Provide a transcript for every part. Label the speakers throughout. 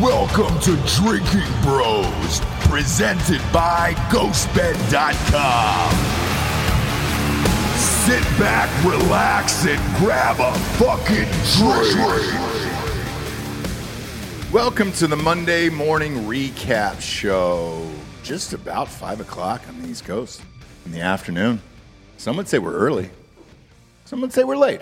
Speaker 1: Welcome to Drinking Bros, presented by GhostBed.com. Sit back, relax, and grab a fucking drink. Welcome to the Monday morning recap show. Just about five o'clock on the East Coast in the afternoon. Some would say we're early. Some would say we're late.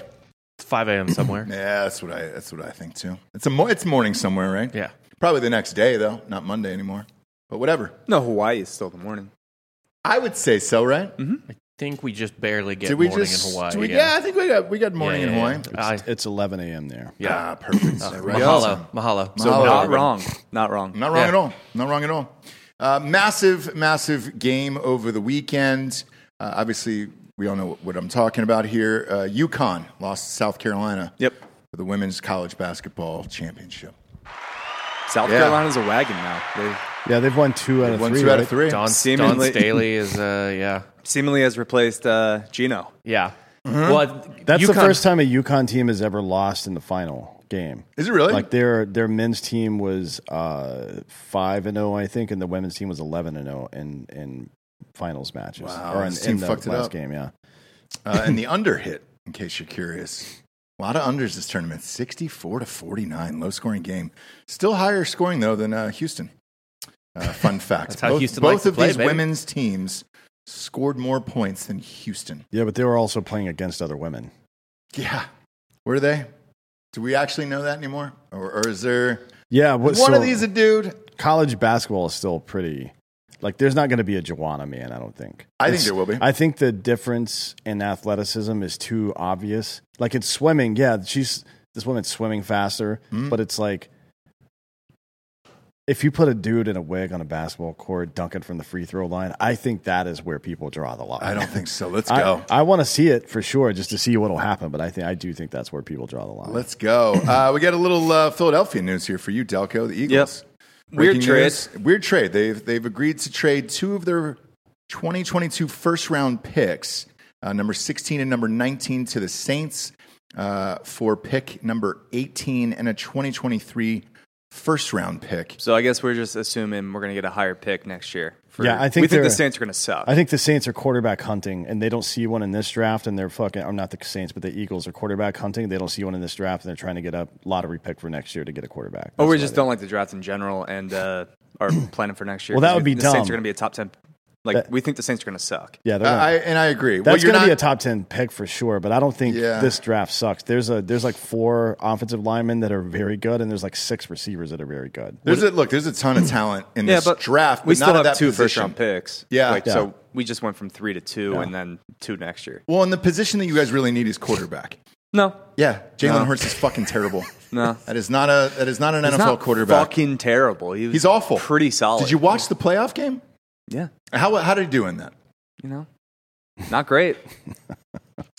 Speaker 2: 5 a.m. somewhere.
Speaker 1: Yeah, that's what I. That's what I think too. It's a. Mo- it's morning somewhere, right?
Speaker 2: yeah.
Speaker 1: Probably the next day, though, not Monday anymore. But whatever.
Speaker 3: No, Hawaii is still the morning.
Speaker 1: I would say so, right?
Speaker 2: I think we just barely Mm-hmm. get
Speaker 1: Did we
Speaker 2: morning
Speaker 1: just?
Speaker 2: in Hawaii.
Speaker 1: did we- yeah. I think we got we got morning
Speaker 2: Yeah,
Speaker 1: in
Speaker 2: yeah,
Speaker 1: Hawaii.
Speaker 2: yeah. I-
Speaker 4: It's 11 a.m. there.
Speaker 2: yeah.
Speaker 1: Ah, perfect. There we go.
Speaker 2: Mahalo. Mahalo.
Speaker 1: So- Oh,
Speaker 3: Not
Speaker 1: okay.
Speaker 3: wrong. Not wrong.
Speaker 1: Not wrong
Speaker 2: Yeah.
Speaker 1: at all. Not wrong at all. Uh, massive, massive game over the weekend. Uh, obviously, we all know what I'm talking about here. Uh, UConn lost to South Carolina
Speaker 3: Yep.
Speaker 1: for the women's college basketball championship.
Speaker 3: South
Speaker 1: Yeah.
Speaker 3: Carolina's a wagon now. They
Speaker 4: Yeah, they've won two out of
Speaker 1: One,
Speaker 4: three.
Speaker 1: two out
Speaker 4: right?
Speaker 1: of three.
Speaker 2: Don, Don
Speaker 3: Seemingly-
Speaker 2: Staley is, uh, yeah.
Speaker 3: seemingly has replaced uh, Gino.
Speaker 2: Yeah.
Speaker 1: Mm-hmm.
Speaker 2: Well,
Speaker 4: That's the
Speaker 2: UConn-
Speaker 4: first time a UConn team has ever lost in the final game.
Speaker 1: Is it really?
Speaker 4: Like their their men's team was uh, five and zero, I think, and the women's team was eleven and zero in in finals matches
Speaker 1: Wow,
Speaker 4: or in,
Speaker 1: this team
Speaker 4: in the
Speaker 1: fucked
Speaker 4: last
Speaker 1: it up.
Speaker 4: game. Yeah,
Speaker 1: Uh, and the under hit, in case you're curious. A lot of unders this tournament, 64 to 49, low scoring game. Still higher scoring, though, than uh, Houston. Uh, fun fact.
Speaker 2: That's how
Speaker 1: both
Speaker 2: Houston
Speaker 1: both
Speaker 2: likes to
Speaker 1: of
Speaker 2: play,
Speaker 1: these
Speaker 2: baby.
Speaker 1: women's teams scored more points than Houston.
Speaker 4: yeah, but they were also playing against other women.
Speaker 1: Yeah. Were they? Do we actually know that anymore? Or, or is there
Speaker 4: Yeah, what,
Speaker 1: one
Speaker 4: so
Speaker 1: of these a dude?
Speaker 4: college basketball is still pretty. Like, there's not going to be a Joanna man. I don't think.
Speaker 1: I think
Speaker 4: It's-
Speaker 1: there will be.
Speaker 4: I think the difference in athleticism is too obvious. Like it's swimming, yeah, she's this woman's swimming faster,
Speaker 1: Mm-hmm.
Speaker 4: but it's like if you put a dude in a wig on a basketball court dunking from the free throw line, I think that is where people draw the line.
Speaker 1: I don't think so. Let's
Speaker 4: I-
Speaker 1: go.
Speaker 4: I, want to see it for sure, just to see what'll happen. But I think I do think that's where people draw the line.
Speaker 1: Let's go. Uh, we got a little uh, Philadelphia news here for you, Delco. The Eagles.
Speaker 3: Weird
Speaker 1: Breaking news. Weird trade. They've they've agreed to trade two of their 2022 first round picks, uh, number 16 and number 19, to the Saints uh, for pick number 18 and a 2023 first round pick. Uh,
Speaker 3: So I guess we're just assuming we're going to get a higher pick next year. for-
Speaker 4: Yeah, I think
Speaker 3: we think the
Speaker 4: they're-
Speaker 3: Saints are going to suck.
Speaker 4: I think the Saints are quarterback hunting, and they don't see one in this draft, and they're fucking. I'm not the Saints, but the Eagles are quarterback hunting. They don't see one in this draft, and they're trying to get a lottery pick for next year to get a quarterback.
Speaker 1: Oh,
Speaker 3: or we
Speaker 4: That's
Speaker 3: just
Speaker 4: what
Speaker 3: don't like the draft in general and uh, are planning for next year.
Speaker 4: Well, that
Speaker 3: 'cause
Speaker 4: would
Speaker 3: we-
Speaker 4: be
Speaker 3: the Saints
Speaker 4: dumb.
Speaker 3: are going to be a top ten. Like
Speaker 4: That-
Speaker 3: we think the Saints are going to suck.
Speaker 4: I- Yeah,
Speaker 1: Uh,
Speaker 4: they're not-
Speaker 1: I, and I agree.
Speaker 4: that's
Speaker 1: well, you're
Speaker 4: going to be a
Speaker 1: not-
Speaker 4: top ten pick for sure. But I don't think
Speaker 1: Yeah.
Speaker 4: this draft sucks. There's a there's like four offensive linemen that are very good, and there's like six receivers that are very good.
Speaker 1: There's a look. There's a ton of talent in this draft.
Speaker 3: we
Speaker 1: but
Speaker 3: still
Speaker 1: not at
Speaker 3: have
Speaker 1: that
Speaker 3: two
Speaker 1: position.
Speaker 3: round picks.
Speaker 1: Yeah.
Speaker 3: Like,
Speaker 1: Yeah.
Speaker 3: so we just went from three to two and then two next year.
Speaker 1: Well, and the position that you guys really need is quarterback.
Speaker 3: No,
Speaker 1: Yeah, Jalen
Speaker 3: No.
Speaker 1: Hurts is fucking terrible.
Speaker 3: No.
Speaker 1: that is not a that is not an NFL
Speaker 3: He's not
Speaker 1: quarterback.
Speaker 3: Fucking terrible. He was
Speaker 1: He's awful.
Speaker 3: Pretty solid.
Speaker 1: Did you watch the playoff game?
Speaker 3: Yeah.
Speaker 1: How how did he do in that?
Speaker 3: You know, not great.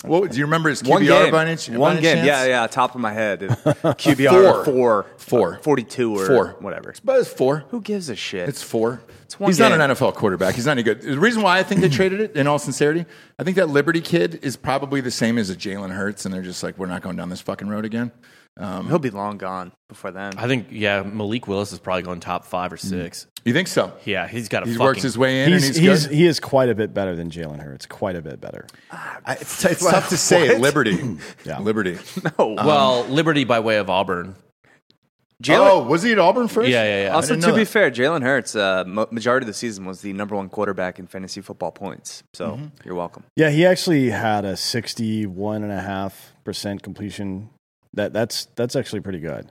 Speaker 1: What do you remember his QBR
Speaker 3: One game.
Speaker 1: by any ch- by
Speaker 3: One
Speaker 1: any
Speaker 3: game.
Speaker 1: chance?
Speaker 3: Yeah, yeah. Top of my head. QBR
Speaker 1: Four.
Speaker 3: four, four, Uh,
Speaker 1: Four.
Speaker 3: forty-two or
Speaker 1: Four.
Speaker 3: whatever.
Speaker 1: It's about it's four.
Speaker 3: Who gives a shit?
Speaker 1: It's four.
Speaker 3: It's one
Speaker 1: He's
Speaker 3: game.
Speaker 1: not an NFL quarterback. He's not any good. The reason why I think they traded it, in all sincerity, I think that Liberty kid is probably the same as a Jalen Hurts, and they're just like, we're not going down this fucking road again.
Speaker 3: Um, He'll be long gone before then.
Speaker 2: I think, yeah, Malik Willis is probably going top five or six.
Speaker 1: You think so?
Speaker 2: Yeah, he's got a
Speaker 1: Mm. He
Speaker 2: fucking.
Speaker 1: works his way in,
Speaker 4: He's,
Speaker 1: and
Speaker 4: he's,
Speaker 1: he's, good.
Speaker 4: he is quite a bit better than Jalen Hurts. Quite a bit better.
Speaker 1: I- it's, it's tough to say.
Speaker 3: What?
Speaker 1: Liberty,
Speaker 4: Yeah.
Speaker 1: Liberty.
Speaker 3: no.
Speaker 2: well, Liberty by way of Auburn.
Speaker 3: Jalen-
Speaker 1: oh, was he at Auburn first?
Speaker 2: Yeah, yeah, yeah.
Speaker 1: I
Speaker 3: also,
Speaker 1: didn't
Speaker 3: to
Speaker 1: know
Speaker 3: be
Speaker 1: that.
Speaker 3: fair, Jalen Hurts, uh, mo- majority of the season was the number one quarterback in fantasy football points. So
Speaker 1: Mm-hmm.
Speaker 3: you're welcome.
Speaker 4: Yeah, he actually had a 61.5% completion. That that's that's actually pretty good.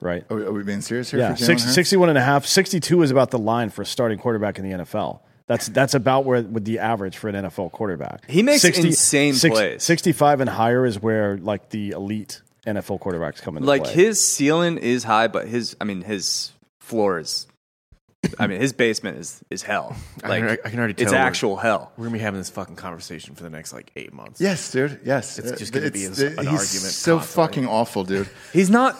Speaker 4: Right?
Speaker 1: Are we, are we being serious here?
Speaker 4: Yeah,
Speaker 1: for Jalen
Speaker 4: six,
Speaker 1: Hurts?
Speaker 4: 61 and a half. 62 is about the line for a starting quarterback in the NFL. That's that's about where with the average for an NFL quarterback.
Speaker 3: He makes insane plays.
Speaker 4: 65 and higher is where like the elite NFL quarterbacks coming. into
Speaker 3: Like
Speaker 4: play.
Speaker 3: his ceiling is high, but his I mean his floor is. I mean his basement is is hell.
Speaker 2: I can
Speaker 3: Like
Speaker 2: already- I can already
Speaker 3: it's
Speaker 2: tell we're-
Speaker 3: actual hell.
Speaker 2: We're gonna be having this fucking conversation for the next like eight months.
Speaker 1: Yes, dude. Yes,
Speaker 2: It's just gonna be an
Speaker 1: he's
Speaker 2: argument
Speaker 1: So
Speaker 2: constantly.
Speaker 1: fucking awful, dude.
Speaker 3: He's not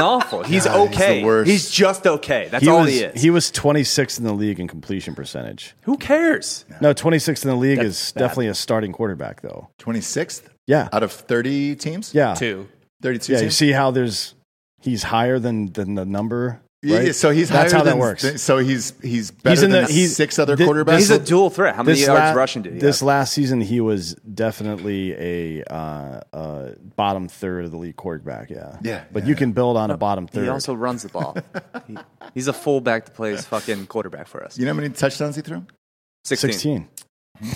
Speaker 3: awful. He's
Speaker 1: God, he's the
Speaker 3: okay. He's,
Speaker 1: worst.
Speaker 3: just okay. That's
Speaker 4: he
Speaker 3: all
Speaker 4: was
Speaker 3: he is.
Speaker 4: he was 26th in the league in completion percentage.
Speaker 3: Who cares?
Speaker 4: No, 26th in the league is definitely a starting quarterback though.
Speaker 1: Twenty sixth
Speaker 4: Yeah,
Speaker 1: out of thirty teams.
Speaker 4: yeah,
Speaker 2: Two.
Speaker 1: thirty two.
Speaker 4: yeah. You
Speaker 1: teams?
Speaker 4: see how there's he's higher than than the number.
Speaker 1: Yeah,
Speaker 4: right?
Speaker 1: yeah, so he's
Speaker 4: that's
Speaker 1: higher
Speaker 4: how that
Speaker 1: than-
Speaker 4: works.
Speaker 1: th- so he's he's better
Speaker 4: in
Speaker 1: than
Speaker 4: the- he's-
Speaker 1: six other
Speaker 4: thi-
Speaker 1: quarterbacks.
Speaker 3: He's a dual threat. How many yards
Speaker 4: la-
Speaker 3: rushing did he
Speaker 4: this
Speaker 3: have?
Speaker 4: last season he was definitely a uh, uh, bottom third of the league quarterback. Yeah,
Speaker 1: Yeah,
Speaker 4: But
Speaker 1: yeah,
Speaker 4: you can build on a bottom third.
Speaker 3: He also runs the ball. He- he's a fullback that plays fucking quarterback for us.
Speaker 1: you know how many touchdowns he threw?
Speaker 3: 16.
Speaker 4: 16,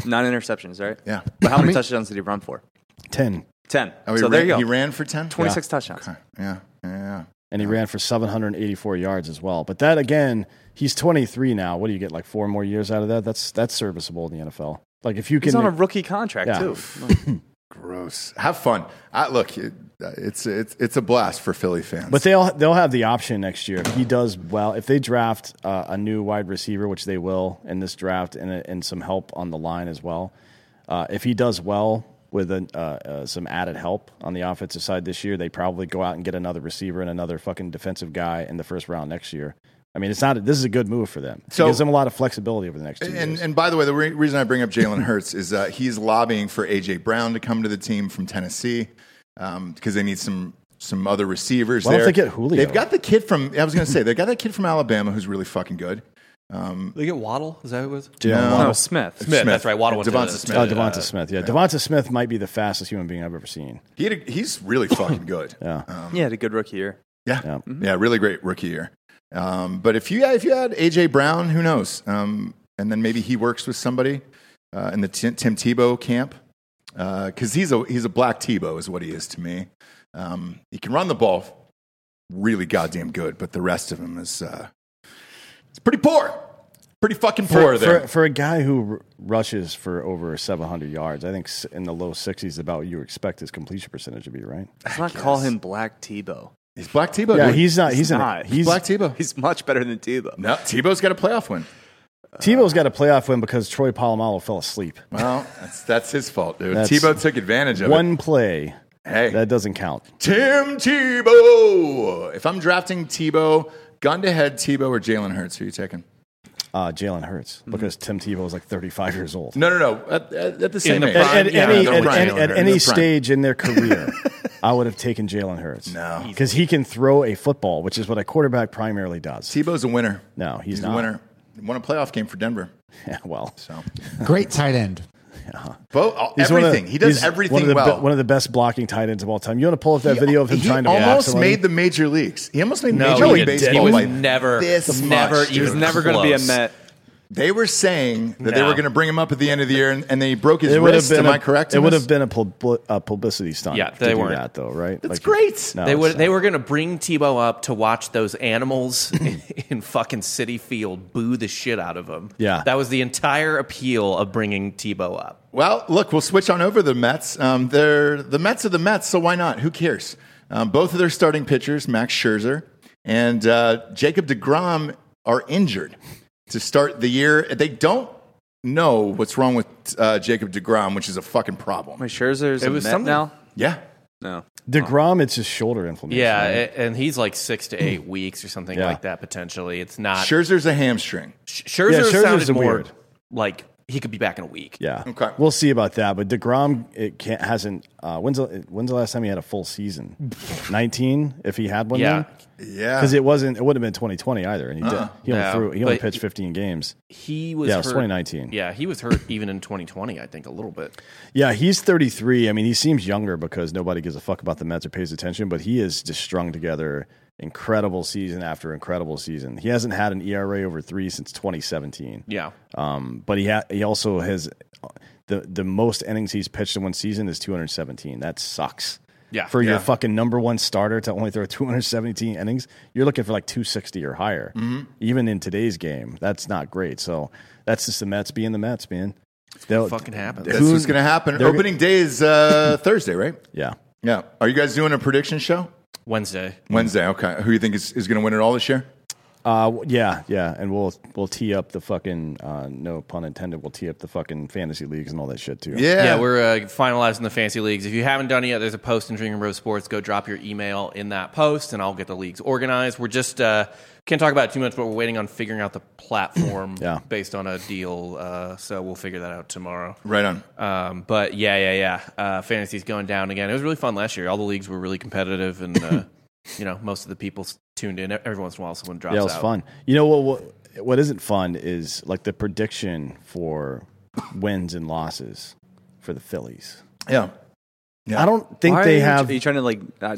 Speaker 3: Nine interceptions, right?
Speaker 1: Yeah.
Speaker 3: But how many touchdowns did he run for?
Speaker 4: 10.
Speaker 3: 10.
Speaker 1: Oh, he
Speaker 3: so
Speaker 1: ran,
Speaker 3: there you go.
Speaker 1: He ran for ten.
Speaker 3: 26 touchdowns.
Speaker 1: Okay. Yeah. Yeah. yeah.
Speaker 4: and he ran for 784 yards as well. But that again, he's 23 now. What do you get like four more years out of that? That's that's serviceable in the NFL. Like if you
Speaker 3: He's
Speaker 4: can
Speaker 3: on a rookie contract,
Speaker 4: Yeah.
Speaker 3: too.
Speaker 1: Gross. Have fun. I, look, it, it's it's it's a blast for Philly fans.
Speaker 4: But they'll they'll have the option next year if he does well. If they draft uh, a new wide receiver, which they will in this draft, and and some help on the line as well. Uh, if he does well with an, uh, uh, some added help on the offensive side this year, they probably go out and get another receiver and another fucking defensive guy in the first round next year. I mean, it's not. This is a good move for them. It
Speaker 1: So-
Speaker 4: gives them a lot of flexibility over the next two
Speaker 1: and
Speaker 4: years.
Speaker 1: and by the way, the re- reason I bring up Jalen Hurts is uh, he's lobbying for AJ Brown to come to the team from Tennessee because they need some some other receivers.
Speaker 4: Why don't
Speaker 1: there.
Speaker 4: they get Julio?
Speaker 1: They've got the kid from. I was going to say they got that kid from Alabama who's really fucking good.
Speaker 2: They get Waddle. Is that who it was?
Speaker 4: Jalen
Speaker 1: No.
Speaker 4: Waddle.
Speaker 3: No, Smith.
Speaker 2: Smith, That's right. Waddle went to
Speaker 1: Devonta
Speaker 2: the-
Speaker 1: Smith.
Speaker 2: to
Speaker 4: Oh,
Speaker 2: the,
Speaker 4: Devonta
Speaker 2: uh,
Speaker 4: Smith. Yeah, Devonta Smith might be the fastest human being I've ever seen.
Speaker 1: He had a, he's really fucking good.
Speaker 4: Yeah.
Speaker 3: He had a good rookie year.
Speaker 1: Yeah. Mm-hmm.
Speaker 4: Yeah.
Speaker 1: Yeah. Really great rookie year. Um, but if you, if you had AJ Brown, who knows? Um, and then maybe he works with somebody uh, in the Tim, Tim Tebow camp. Because he's, a, he's a black Tebow, is what he is to me. Um, he can run the ball really goddamn good, but the rest of him is uh, it's pretty poor. Pretty fucking poor
Speaker 4: for,
Speaker 1: there.
Speaker 4: for, for a guy who r- rushes for over 700 yards, I think s- in the low 60s is about what you expect his completion percentage to be, right?
Speaker 3: Let's not call him Black Tebow.
Speaker 1: he's black Tebow.
Speaker 4: Yeah,
Speaker 1: Oh, dude.
Speaker 4: he's not. He's, in
Speaker 3: not.
Speaker 4: A, he's
Speaker 1: black Tebow.
Speaker 3: He's much better than Tebow.
Speaker 1: no, Tebow's got a playoff win.
Speaker 4: Tebow's got a playoff win because Troy Polamalu fell asleep.
Speaker 1: Well, that's, that's his fault, dude.
Speaker 4: That's-
Speaker 1: Tebow took advantage of
Speaker 4: One play
Speaker 1: it. Hey,
Speaker 4: that doesn't count.
Speaker 1: Tim Tebow. If I'm drafting Tebow, gun to head Tebow or Jalen Hurts, who are you taking?
Speaker 4: Uh, Jalen Hurts because Tim Tebow is like 35 years old.
Speaker 1: No, no, no. At, at, at the same
Speaker 2: the
Speaker 1: age.
Speaker 2: prime,
Speaker 4: At, at
Speaker 2: Yeah,
Speaker 4: any,
Speaker 2: no,
Speaker 4: at,
Speaker 2: Brian
Speaker 4: at-
Speaker 2: Jalen
Speaker 4: at
Speaker 2: Hurts.
Speaker 4: any
Speaker 1: The prime.
Speaker 4: stage in their career, I would have taken Jalen Hurts.
Speaker 1: No.
Speaker 4: because he can throw a football, which is what a quarterback primarily does.
Speaker 1: Tebow's a winner.
Speaker 4: No, he's,
Speaker 1: He's
Speaker 4: not.
Speaker 1: a winner. Won a playoff game for Denver.
Speaker 4: Yeah, well,
Speaker 1: So,
Speaker 5: Great tight end.
Speaker 1: Bo, all-
Speaker 4: He's one of the-
Speaker 1: everything. he does
Speaker 4: he's one
Speaker 1: everything
Speaker 4: of the,
Speaker 1: well.
Speaker 4: be- One of the best blocking tight ends of all time. You want to pull up that video of him
Speaker 1: he
Speaker 4: trying to
Speaker 1: almost
Speaker 4: block somebody?
Speaker 1: made the major leagues. He almost made
Speaker 2: No,
Speaker 1: major
Speaker 2: he
Speaker 1: league
Speaker 2: didn't. He
Speaker 1: baseball.
Speaker 2: was
Speaker 1: by
Speaker 2: never-
Speaker 1: this
Speaker 2: never
Speaker 1: much,
Speaker 2: even
Speaker 3: He's
Speaker 1: dude.
Speaker 3: never going to be a
Speaker 2: Close.
Speaker 3: Met.
Speaker 1: They were saying that they
Speaker 2: No.
Speaker 1: were going to bring him up at the end of the year, and, and they broke his
Speaker 4: It would have
Speaker 1: wrist.
Speaker 4: been.
Speaker 1: Am
Speaker 4: a-
Speaker 1: I correct?
Speaker 4: It
Speaker 1: in
Speaker 4: would
Speaker 1: this?
Speaker 4: have been a pul- pul- a publicity stunt.
Speaker 2: Yeah,
Speaker 4: to
Speaker 2: they
Speaker 4: do
Speaker 2: weren't.
Speaker 4: that though, right?
Speaker 1: That's great.
Speaker 4: No,
Speaker 2: They
Speaker 4: it's
Speaker 2: would.
Speaker 4: not.
Speaker 2: They were going to bring Tebow up to watch those animals in, in fucking City Field boo the shit out of him.
Speaker 4: Yeah.
Speaker 2: that was the entire appeal of bringing Tebow up.
Speaker 1: Well, look, we'll switch on over to the Mets. Um, they're the Mets are the Mets, so why not? Who cares? Um, both of their starting pitchers, Max Scherzer and uh, Jacob DeGrom, are injured to start the year. They don't know what's wrong with uh, Jacob DeGrom, which is a fucking problem.
Speaker 3: Wait, Scherzer's
Speaker 2: It
Speaker 3: a
Speaker 2: was
Speaker 3: Met
Speaker 2: something-
Speaker 3: now?
Speaker 1: Yeah.
Speaker 3: No.
Speaker 4: Degrom. It's his shoulder inflammation.
Speaker 2: Yeah,
Speaker 4: right?
Speaker 2: a- and he's like six to eight weeks or something
Speaker 4: Hmm. Yeah.
Speaker 2: like that potentially. It's not. Sure,
Speaker 1: Scherzer's a hamstring.
Speaker 2: Scherzer
Speaker 4: Yeah, Scherzer's
Speaker 2: sounded more
Speaker 4: weird.
Speaker 2: like he could be back in a week.
Speaker 4: yeah.
Speaker 1: Okay.
Speaker 4: We'll see about that. But Degrom, it can't hasn't. Uh, when's the, when's the last time he had a full season? 19, if he had one.
Speaker 2: Yeah.
Speaker 1: Yeah.
Speaker 4: Because it wasn't. It wouldn't have been 2020 either. And he
Speaker 1: Uh-huh.
Speaker 4: did. He only
Speaker 2: No,
Speaker 4: threw. He only
Speaker 2: but-
Speaker 4: pitched 15 games.
Speaker 2: He was.
Speaker 4: Yeah, it
Speaker 2: hurt.
Speaker 4: was 2019.
Speaker 2: Yeah, he was hurt even in 2020. I think a little bit.
Speaker 4: Yeah, he's 33. I mean, he seems younger because nobody gives a fuck about the Mets or pays attention, but he is just strung together incredible season after incredible season. He hasn't had an ERA over three since 2017.
Speaker 2: Yeah,
Speaker 4: Um, but he ha- he also has uh, the the most innings he's pitched in one season is 217. That sucks.
Speaker 2: Yeah.
Speaker 4: for your
Speaker 1: Yeah.
Speaker 4: fucking number one starter to only throw 217 innings, you're looking for like 260 or higher.
Speaker 2: Mm-hmm.
Speaker 4: Even in today's game, that's not great. So that's just the Mets being the Mets, man. They'll
Speaker 2: fucking happens.
Speaker 1: That's what's going to happen.
Speaker 4: they're-
Speaker 1: Opening day is uh, Thursday, right?
Speaker 4: Yeah.
Speaker 1: Yeah. Are you guys doing a prediction show?
Speaker 2: Wednesday.
Speaker 1: Wednesday. Okay. Who you think is, is going to win it all this year?
Speaker 4: Uh, w- yeah, yeah, and we'll we'll tee up the fucking uh, no pun intended. We'll tee up the fucking fantasy leagues and all that shit too.
Speaker 1: Yeah.
Speaker 2: Yeah, we're uh, finalizing the fancy leagues. If you haven't done it yet, there's a post in Drinking Bro Sports. Go drop your email in that post, and I'll get the leagues organized. We're just uh, can't talk about it too much, but we're waiting on figuring out the platform
Speaker 4: Yeah.
Speaker 2: based on a deal. Uh, so we'll figure that out tomorrow.
Speaker 1: right on.
Speaker 2: Um, but yeah, yeah, yeah. Uh, fantasy's going down again. It was really fun last year. All the leagues were really competitive, and uh, you know, most of the people s- tuned in. Every once in a while, someone drops
Speaker 4: yeah, it was
Speaker 2: out.
Speaker 4: fun. You know what, what? What isn't fun is like the prediction for wins and losses for the Phillies.
Speaker 1: Yeah. Yeah.
Speaker 4: I don't think
Speaker 3: Why
Speaker 4: they
Speaker 3: are you,
Speaker 4: have.
Speaker 3: Are you trying to like uh,
Speaker 4: I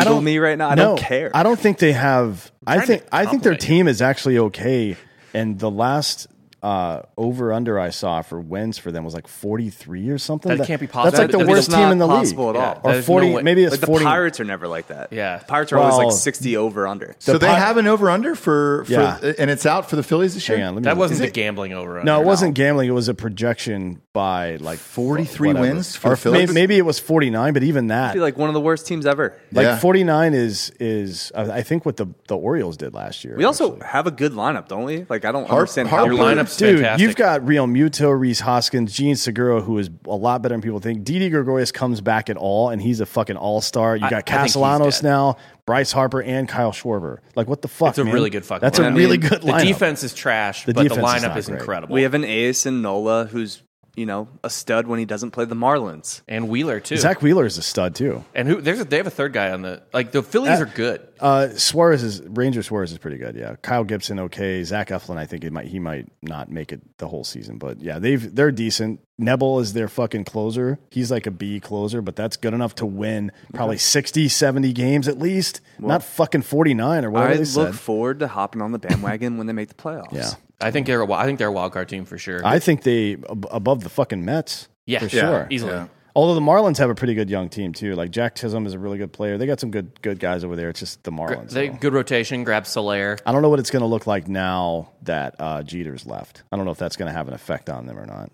Speaker 3: needle
Speaker 4: don't
Speaker 3: me right now? I
Speaker 4: no,
Speaker 3: don't care.
Speaker 4: I don't think they have. I
Speaker 2: trying to
Speaker 4: think I think their
Speaker 2: compliment you.
Speaker 4: team is actually okay. And the last uh, over under I saw for wins for them was like forty three or something.
Speaker 2: That can't be
Speaker 4: That's like
Speaker 2: possible.
Speaker 4: the
Speaker 2: That-
Speaker 4: worst
Speaker 3: that's not
Speaker 4: team in the
Speaker 3: possible
Speaker 4: league
Speaker 3: at
Speaker 2: Yeah,
Speaker 3: all.
Speaker 4: Or
Speaker 2: There's no
Speaker 4: forty?
Speaker 2: way.
Speaker 4: maybe it's
Speaker 3: like the
Speaker 4: forty.
Speaker 3: Pirates are never like that.
Speaker 2: Yeah.
Speaker 3: Pirates are always
Speaker 4: Well-
Speaker 3: like sixty over under.
Speaker 1: so they
Speaker 4: pi-
Speaker 1: have an over under for, for
Speaker 4: Yeah.
Speaker 1: and it's out for the Phillies this year.
Speaker 4: Hang on, let me
Speaker 2: That
Speaker 4: look.
Speaker 2: wasn't
Speaker 4: Is
Speaker 2: the gambling over.
Speaker 4: No, it wasn't gambling. It was a projection by like
Speaker 1: 43
Speaker 4: whatever.
Speaker 1: wins for
Speaker 4: or
Speaker 1: the Phillies?
Speaker 4: may- maybe it was forty nine. But even that,
Speaker 3: Be
Speaker 4: like,
Speaker 3: like one of the worst teams ever.
Speaker 1: Yeah.
Speaker 4: forty nine is is uh, I think what the the Orioles did last year.
Speaker 3: We also
Speaker 4: actually.
Speaker 3: have a good lineup, don't we? Like I don't understand
Speaker 1: Harper-
Speaker 3: how
Speaker 2: Your
Speaker 3: we're-
Speaker 2: lineup's
Speaker 4: Dude,
Speaker 2: fantastic.
Speaker 4: you've got Real Muto, Reese Hoskins, Gene Segura, who is a lot better than people think. Didi Gregorius comes back at all, and he's a fucking all star. You
Speaker 2: I-
Speaker 4: got
Speaker 2: I think he's
Speaker 4: Castellanos
Speaker 2: dead.
Speaker 4: now, Bryce Harper, and Kyle Schwarber. Like, what the fuck?
Speaker 2: It's a
Speaker 4: man?
Speaker 2: really good fucking
Speaker 4: That's
Speaker 2: lineup.
Speaker 4: a
Speaker 3: I mean,
Speaker 4: really good
Speaker 2: The
Speaker 4: lineup.
Speaker 2: defense is trash,
Speaker 4: The
Speaker 2: but the
Speaker 4: defense is
Speaker 2: lineup
Speaker 4: not
Speaker 2: is,
Speaker 4: great.
Speaker 2: incredible.
Speaker 3: We have an ace in Nola who's you know a stud when he doesn't play the Marlins.
Speaker 2: and Wheeler too.
Speaker 4: Zach Wheeler is a stud too.
Speaker 2: And who? There's a, they have a third guy on the like the Phillies
Speaker 4: Uh,
Speaker 2: are good.
Speaker 4: Uh, Suarez is Ranger Suarez is pretty good. Yeah, Kyle Gibson okay. Zach Eflin, I think it might he might not make it the whole season, but yeah, they've they're decent. Neville is their fucking closer. He's like a B closer, but that's good enough to win probably 60, 70 games at least. not fucking forty nine or whatever
Speaker 3: I
Speaker 4: they
Speaker 3: look
Speaker 4: said.
Speaker 3: forward to hopping on the bandwagon when they make the playoffs.
Speaker 4: Yeah.
Speaker 2: I think they're a, wi- I think they're a wild card team for sure.
Speaker 4: I think they ab- above the fucking Mets.
Speaker 2: yeah,
Speaker 4: for sure.
Speaker 2: easily.
Speaker 1: Yeah.
Speaker 4: Although the Marlins have a pretty good young team too. Like Jack Chisholm is a really good player. They got some good good guys over there. It's just the Marlins.
Speaker 2: They
Speaker 4: though.
Speaker 2: good rotation. Grab Solaire.
Speaker 4: I don't know what it's going to look like now that uh, Jeter's left. I don't know if that's going to have an effect on them or not.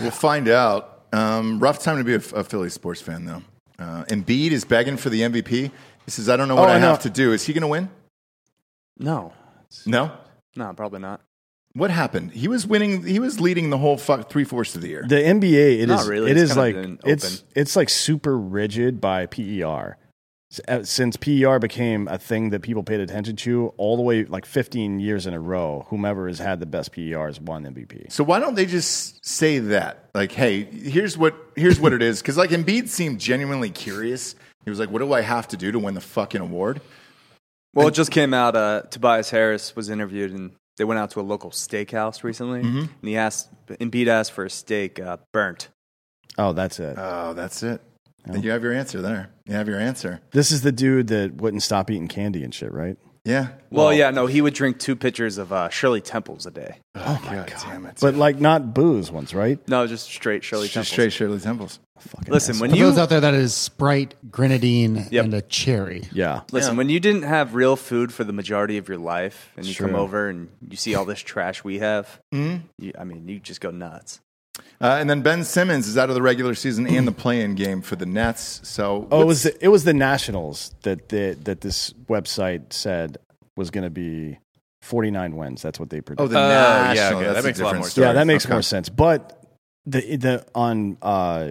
Speaker 1: We'll find out. Um, rough time to be a, a Philly sports fan, though. Uh, Embiid is begging for the MVP. He says, "I don't know what
Speaker 4: Oh,
Speaker 1: I
Speaker 4: I know.
Speaker 1: have to do." Is he going to win?
Speaker 3: No,
Speaker 1: No.
Speaker 3: no, probably not.
Speaker 1: What happened? He was winning. He was leading the whole fuck three fourths of the year.
Speaker 4: The NBA, it
Speaker 3: Not
Speaker 4: is-
Speaker 3: really.
Speaker 4: it
Speaker 3: It's
Speaker 4: is
Speaker 3: kind
Speaker 4: like
Speaker 3: of been
Speaker 4: it's
Speaker 3: open.
Speaker 4: it's like super rigid by PER. S- uh, Since PER became a thing that people paid attention to, all the way like 15 years in a row, whomever has had the best PER has won MVP.
Speaker 1: So why don't they just say that? Like, hey, here's what here's what it is. Because like Embiid seemed genuinely curious. He was like, "What do I have to do to win the fucking award?"
Speaker 3: Well, it just came out. Uh, Tobias Harris was interviewed, and they went out to a local steakhouse recently,
Speaker 1: Mm-hmm.
Speaker 3: and he asked Embiid asked for a steak uh, burnt.
Speaker 4: Oh, that's
Speaker 3: Uh,
Speaker 4: it.
Speaker 1: Oh, that's it. I think you have your answer there. You have your answer.
Speaker 4: This is the dude that wouldn't stop eating candy and shit, right?
Speaker 1: Yeah.
Speaker 3: Well, yeah, no, he would drink two pitchers of uh, Shirley Temples a day.
Speaker 1: Oh, my god, damn it!
Speaker 4: But like not booze ones, right?
Speaker 3: No, just straight Shirley
Speaker 1: just
Speaker 3: Temples.
Speaker 1: straight Shirley Temples.
Speaker 4: Fucking
Speaker 3: Listen, when
Speaker 4: asshole.
Speaker 5: For
Speaker 3: you
Speaker 5: those out there, that is Sprite, grenadine,
Speaker 3: Yep.
Speaker 5: and a cherry.
Speaker 4: yeah,
Speaker 3: Listen,
Speaker 1: Yeah.
Speaker 3: when you didn't have real food for the majority of your life, and you come
Speaker 4: Sure.
Speaker 3: over and you see all this trash we have, mm
Speaker 1: Mm-hmm.
Speaker 3: you, I mean, you just go nuts.
Speaker 1: Uh, and then Ben Simmons is out of the regular season and the play-in game for the Nets. So
Speaker 4: Oh,
Speaker 1: what's-
Speaker 4: it was the, it was the Nationals that the, that this website said was going to be 49 wins. That's what they
Speaker 1: oh
Speaker 4: predicted.
Speaker 1: the
Speaker 2: Oh, yeah,
Speaker 1: National.
Speaker 2: okay,
Speaker 1: That's
Speaker 2: that makes a lot
Speaker 1: different
Speaker 2: more
Speaker 1: story.
Speaker 4: yeah, that makes
Speaker 1: Okay.
Speaker 4: more sense. But the the on uh,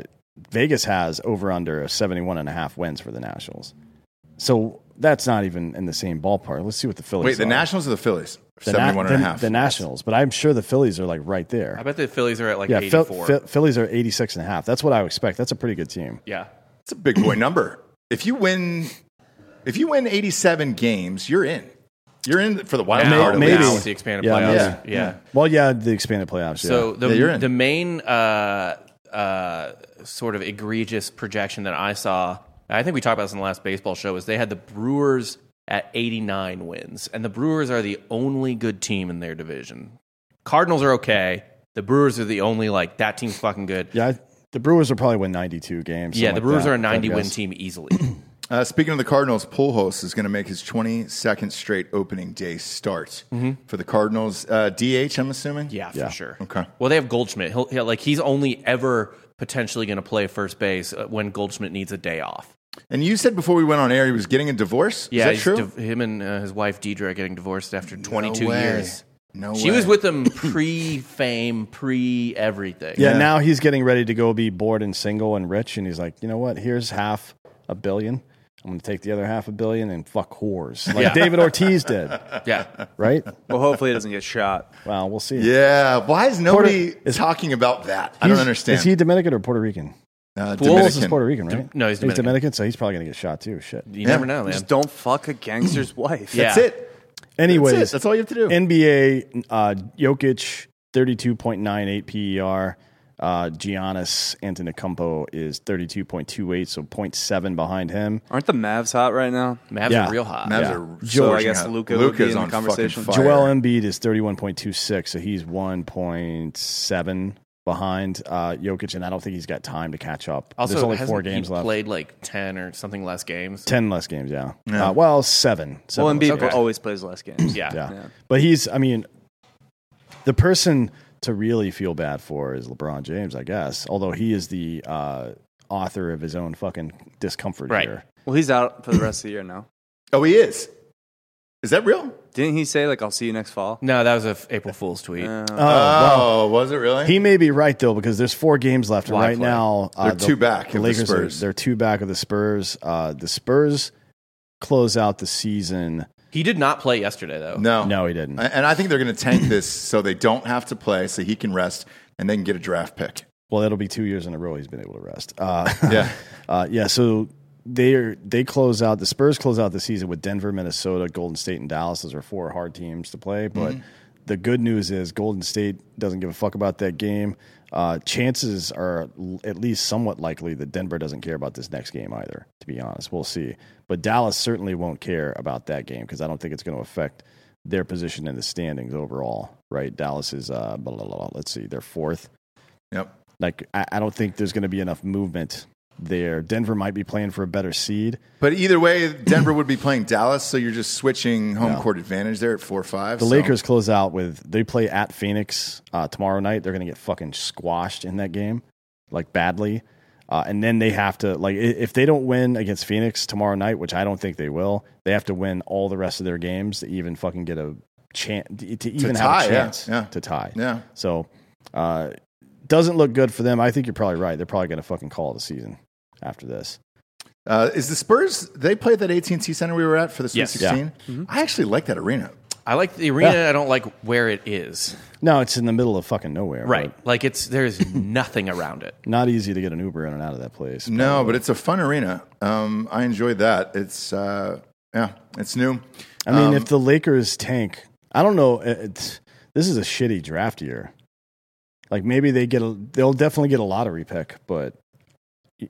Speaker 4: Vegas has over under of 71 and a half wins for the Nationals. So that's not even in the same ballpark. Let's see what the Phillies.
Speaker 1: Wait, the
Speaker 4: are.
Speaker 1: Nationals or the Phillies?
Speaker 4: The Na-
Speaker 1: 71 and a
Speaker 4: the-
Speaker 1: half.
Speaker 4: The Nationals, but I'm sure the Phillies are like right
Speaker 2: I
Speaker 4: there.
Speaker 2: bet the Phillies are at like
Speaker 4: Yeah, Phil-
Speaker 2: 84.
Speaker 4: Phil- Phillies are 86 and a half. That's what I would expect. That's a pretty good team.
Speaker 2: yeah.
Speaker 1: It's a big boy number. If you win, if you win 87 games, you're in. You're in for the wild
Speaker 2: Now-
Speaker 1: card. at
Speaker 4: maybe.
Speaker 2: now
Speaker 1: least.
Speaker 2: with the expanded
Speaker 4: Yeah,
Speaker 2: playoffs.
Speaker 1: yeah,
Speaker 2: Yeah.
Speaker 4: Well, yeah, the expanded playoffs. yeah.
Speaker 2: So the
Speaker 1: Yeah, you're in.
Speaker 2: the main uh, uh, sort of egregious projection that I saw, I think we talked about this in the last baseball show, is they had the Brewers at 89 wins, and the Brewers are the only good team in their division. Cardinals are okay. The Brewers are the only like that team's fucking good.
Speaker 4: Yeah, I, the Brewers will probably win 92 games.
Speaker 2: yeah,
Speaker 4: something
Speaker 2: the
Speaker 4: like
Speaker 2: Brewers
Speaker 4: that,
Speaker 2: are a
Speaker 4: I'd
Speaker 2: 90 win
Speaker 4: guess.
Speaker 2: team easily.
Speaker 1: Uh, speaking of the Cardinals, Pujols is going to make his 22nd straight opening day start
Speaker 2: Mm-hmm.
Speaker 1: for the Cardinals. Uh, DH, I'm assuming.
Speaker 2: Yeah, for sure.
Speaker 1: Okay.
Speaker 2: Well, they have Goldschmidt. He'll, he'll like he's only ever potentially going to play first base uh, when Goldschmidt needs a day off.
Speaker 1: And you said before we went on air he was getting a divorce.
Speaker 2: Yeah,
Speaker 1: Is that
Speaker 2: he's
Speaker 1: true?
Speaker 2: div- him and uh, his wife Deidre are getting divorced after 22
Speaker 1: way.
Speaker 2: years.
Speaker 1: no,
Speaker 2: She
Speaker 1: way.
Speaker 2: was with him pre fame, pre everything.
Speaker 4: Yeah, now he's getting ready to go be bored and single and rich, and he's like, you know what? Here's half a billion. I'm going to take the other half a billion and fuck whores like
Speaker 2: Yeah.
Speaker 4: David Ortiz did,
Speaker 2: yeah.
Speaker 4: right?
Speaker 3: Well, hopefully it doesn't get shot.
Speaker 4: Well, we'll see.
Speaker 1: Yeah, why is nobody
Speaker 4: is-
Speaker 1: talking about that? I don't
Speaker 4: He's-
Speaker 1: understand.
Speaker 4: Is he Dominican or Puerto Rican?
Speaker 1: uh,
Speaker 4: Bulls is
Speaker 1: Dominican.
Speaker 4: Puerto Rican, right?
Speaker 2: no, he's Dominican.
Speaker 4: so he's probably going to get shot too. Shit.
Speaker 2: You
Speaker 1: Yeah.
Speaker 2: never know, man.
Speaker 3: Just don't fuck a gangster's wife.
Speaker 2: Yeah.
Speaker 1: That's it.
Speaker 4: Anyways,
Speaker 1: That's it. That's all you have to do.
Speaker 4: NBA, uh, Jokic, 32.98 PER. E Uh, Giannis Antetokounmpo is 32.28, so 0.7 behind him.
Speaker 3: Aren't the Mavs hot right now?
Speaker 2: Mavs
Speaker 4: Yeah.
Speaker 2: are real hot.
Speaker 1: Mavs
Speaker 4: Yeah.
Speaker 1: are
Speaker 3: So I
Speaker 1: surging
Speaker 3: guess
Speaker 1: up.
Speaker 3: Luka would be
Speaker 1: Luka's
Speaker 3: in the
Speaker 1: on fucking
Speaker 3: conversation.
Speaker 1: fire.
Speaker 4: Joel Embiid is 31.26, so he's 1.7 behind uh, Jokic, and I don't think he's got time to catch up.
Speaker 2: also,
Speaker 4: There's only
Speaker 2: hasn't
Speaker 4: four games
Speaker 2: he
Speaker 4: left.
Speaker 2: played like 10 or something less games.
Speaker 4: 10 less games, yeah.
Speaker 1: Yeah.
Speaker 4: Uh, well, seven.
Speaker 3: Well,
Speaker 4: seven less
Speaker 3: Embiid
Speaker 4: games.
Speaker 3: always plays less games.
Speaker 2: Yeah.
Speaker 4: Yeah.
Speaker 3: Yeah.
Speaker 4: But he's, I mean, the person to really feel bad for is LeBron James, I guess. Although he is the uh, author of his own fucking discomfort
Speaker 2: Right.
Speaker 4: here.
Speaker 3: Well, he's out for the rest of the year now.
Speaker 1: Oh, he is. Is that real?
Speaker 3: Didn't he say like I'll see you next fall?
Speaker 2: No, that was a f- April Fool's tweet.
Speaker 3: Uh,
Speaker 4: Oh, well,
Speaker 1: Oh, was it really?
Speaker 4: he may be right though because there's four games left, and
Speaker 2: Why
Speaker 4: right
Speaker 2: play?
Speaker 4: now uh,
Speaker 1: They're two back of the
Speaker 4: Lakers are
Speaker 1: Spurs.
Speaker 4: they're two back of the Spurs. Uh, the Spurs close out the season.
Speaker 2: He did not play yesterday, though.
Speaker 1: no,
Speaker 4: No, he didn't.
Speaker 1: A- And I think they're going to tank this so they don't have to play, so he can rest, and they can get a draft pick.
Speaker 4: Well, that'll be two years in a row he's been able to rest. Uh,
Speaker 1: Yeah.
Speaker 4: uh, yeah. So they are, they close out the Spurs close out the season with Denver, Minnesota, Golden State, and Dallas. Those are four hard teams to play. But the good news is Golden State doesn't give a fuck about that game. Uh, chances are l- at least somewhat likely that Denver doesn't care about this next game either. To be honest, we'll see. But Dallas certainly won't care about that game because I don't think it's going to affect their position in the standings overall. Right? Dallas is uh, blah, blah, blah, blah. let's see, they're fourth
Speaker 1: Yep.
Speaker 4: like I, I don't think there's going to be enough movement there. Denver might be playing for a better seed.
Speaker 1: But either way, Denver would be playing Dallas, so you're just switching home court advantage there at four five.
Speaker 4: The Lakers close out with they play at Phoenix uh, tomorrow night. They're going to get fucking squashed in that game, like badly. Uh, and then they have to like i- if they don't win against Phoenix tomorrow night, which I don't think they will, they have to win all the rest of their games to even fucking get a chance to even
Speaker 1: tie,
Speaker 4: have a
Speaker 1: yeah,
Speaker 4: chance
Speaker 1: yeah.
Speaker 4: to tie.
Speaker 1: Yeah.
Speaker 4: So uh, doesn't look good for them. I think you're probably right. They're probably going to fucking call it a season after this.
Speaker 1: Uh, is the Spurs? They play at that AT&T Center we were at for the Sweet
Speaker 2: Yes. Yeah.
Speaker 1: 16.
Speaker 4: Mm-hmm.
Speaker 1: I actually like that arena.
Speaker 2: I like the arena. I don't like where it is.
Speaker 4: No, it's in the middle of fucking nowhere.
Speaker 2: Right. Like, it's there's nothing around it.
Speaker 4: but Not easy to get an Uber in and out of that place.
Speaker 1: No, but it's a fun arena. Um, I enjoyed that. It's uh, yeah, it's new.
Speaker 4: I mean, if the Lakers tank, I don't know. it- It's, this is a shitty draft year. Like maybe they get a, they'll definitely get a lottery pick, but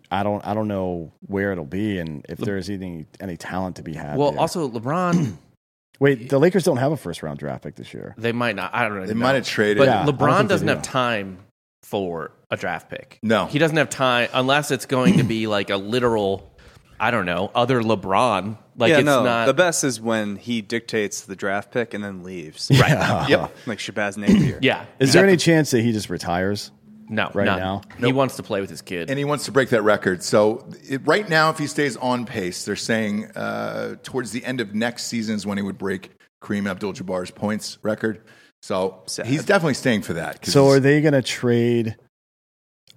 Speaker 4: I don't, I don't know where it'll be and if there's any any talent to be had.
Speaker 2: Well,
Speaker 4: there.
Speaker 2: also, LeBron,
Speaker 4: wait, the Lakers don't have a first round draft pick this year.
Speaker 2: they might not. I don't know.
Speaker 1: They might have traded.
Speaker 2: But
Speaker 4: Yeah, I don't
Speaker 2: LeBron
Speaker 4: think they
Speaker 2: doesn't
Speaker 4: do.
Speaker 2: have time for a draft pick.
Speaker 1: No.
Speaker 2: He doesn't have time unless it's going to be like a literal, I don't know, other LeBron. Like
Speaker 3: yeah,
Speaker 2: it's
Speaker 3: no.
Speaker 2: not
Speaker 3: the best is when he dictates the draft pick and then leaves.
Speaker 4: Right. Yeah.
Speaker 3: Like Shabazz Napier.
Speaker 2: Yeah.
Speaker 4: Is there any chance that he just retires?
Speaker 2: No,
Speaker 4: right
Speaker 2: none.
Speaker 4: now?
Speaker 2: He wants to play with his kid.
Speaker 1: and he wants to break that record. So it, right now, if he stays on pace, they're saying uh, towards the end of next season is when he would break Kareem Abdul-Jabbar's points record. So
Speaker 3: Sad.
Speaker 1: he's definitely staying for that. 'cause
Speaker 4: So are they going to trade?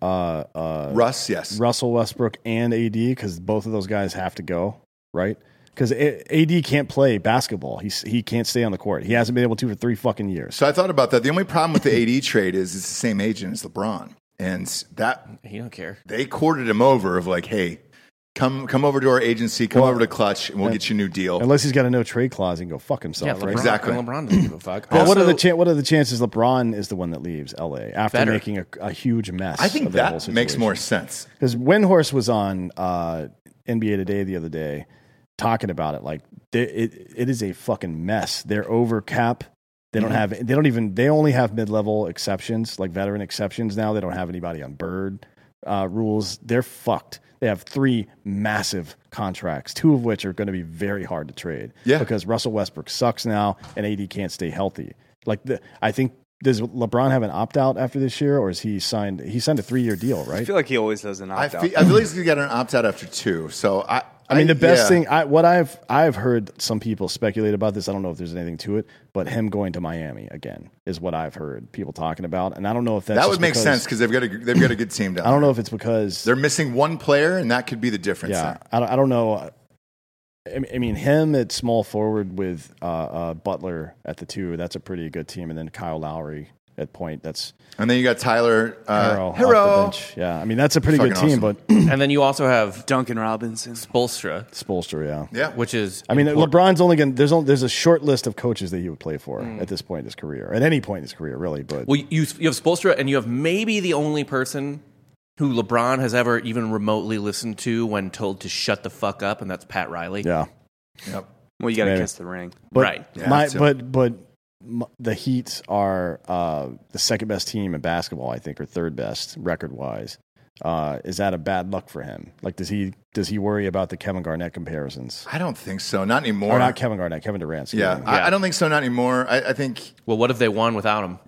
Speaker 4: Uh, uh,
Speaker 1: Russ? Yes.
Speaker 4: Russell Westbrook and AD because both of those guys have to go, right? Because AD can't play basketball. He's, he can't stay on the court. He hasn't been able to for three fucking years.
Speaker 1: So I thought about that. The only problem with the AD trade is it's the same agent as LeBron, and that
Speaker 2: he don't care.
Speaker 1: they courted him over of like, hey, come come over to our agency, come over to Clutch, and we'll get you a new deal.
Speaker 4: Unless he's got a no trade clause and go fuck himself,
Speaker 2: LeBron,
Speaker 4: right?
Speaker 1: Exactly.
Speaker 2: LeBron doesn't give a fuck.
Speaker 4: Well, what are the
Speaker 2: Also,
Speaker 4: cha- what are the chances LeBron is the one that leaves LA after
Speaker 2: Better.
Speaker 4: making a, a huge mess?
Speaker 1: I think
Speaker 4: of their whole
Speaker 1: that makes
Speaker 4: situation?
Speaker 1: more sense.
Speaker 4: because Windhorse was on uh, NBA Today the other day talking about it. Like they, it, it is a fucking mess. They're over cap. They don't have. They don't even. They only have mid level exceptions, like veteran exceptions. Now they don't have anybody on bird uh, rules. They're fucked. They have three massive contracts, two of which are going to be very hard to trade.
Speaker 1: Yeah.
Speaker 4: because Russell Westbrook sucks now, and AD can't stay healthy. Like the, I think does LeBron have an opt out after this year, or is he signed? He signed a three year deal,
Speaker 3: I
Speaker 4: right?
Speaker 3: feel like he always does an
Speaker 1: I
Speaker 3: opt out.
Speaker 1: feel, I feel like he got an opt out after two. So I,
Speaker 4: I mean, the best
Speaker 1: yeah.
Speaker 4: thing I what I've I've heard some people speculate about this. I don't know if there's anything to it, but him going to Miami again is what I've heard people talking about, and I don't know if that's
Speaker 1: that
Speaker 4: just
Speaker 1: would make
Speaker 4: because-
Speaker 1: sense because they've got a they've got a good team down.
Speaker 4: I don't
Speaker 1: there.
Speaker 4: know if it's because
Speaker 1: They're missing one player, and that could be the difference.
Speaker 4: yeah,
Speaker 1: there.
Speaker 4: I don't, I don't know. I mean- I mean, him at small forward with uh, uh, Butler at the two. That's a pretty good team, and then Kyle Lowry at point. That's
Speaker 1: And then you got Tyler
Speaker 4: Harrell
Speaker 1: uh,
Speaker 4: off the
Speaker 1: Hero.
Speaker 4: bench. Yeah, I mean that's a pretty good
Speaker 1: Fucking
Speaker 4: team,
Speaker 1: awesome.
Speaker 4: but
Speaker 2: And then you also have
Speaker 3: Duncan Robinson.
Speaker 2: Spolstra,
Speaker 4: Spolster, yeah.
Speaker 1: Yeah,
Speaker 2: which is
Speaker 4: I mean, LeBron's only going. to There's only, there's a short list of coaches that he would play for
Speaker 1: Mm.
Speaker 4: at this point in his career, at any point in his career, really. But
Speaker 2: Well, you you have Spolstra, and you have maybe the only person who LeBron has ever even remotely listened to when told to shut the fuck up, and that's Pat Riley.
Speaker 4: yeah,
Speaker 1: Yep.
Speaker 3: Well, you got to
Speaker 4: Maybe.
Speaker 3: kiss the ring.
Speaker 4: but
Speaker 2: Right.
Speaker 1: Yeah,
Speaker 4: my,
Speaker 1: so-
Speaker 4: but but m- the Heat are uh, the second best team in basketball, I think, or third best record wise. Uh, is that a bad luck for him? Like, does he does he worry about the Kevin Garnett comparisons?
Speaker 1: I don't think so. Not anymore.
Speaker 4: Or Oh, not Kevin Garnett, Kevin Durant. excuse
Speaker 1: yeah,
Speaker 4: me.
Speaker 1: I, I don't think so. Not anymore. I, I think
Speaker 2: Well, what if they won without him?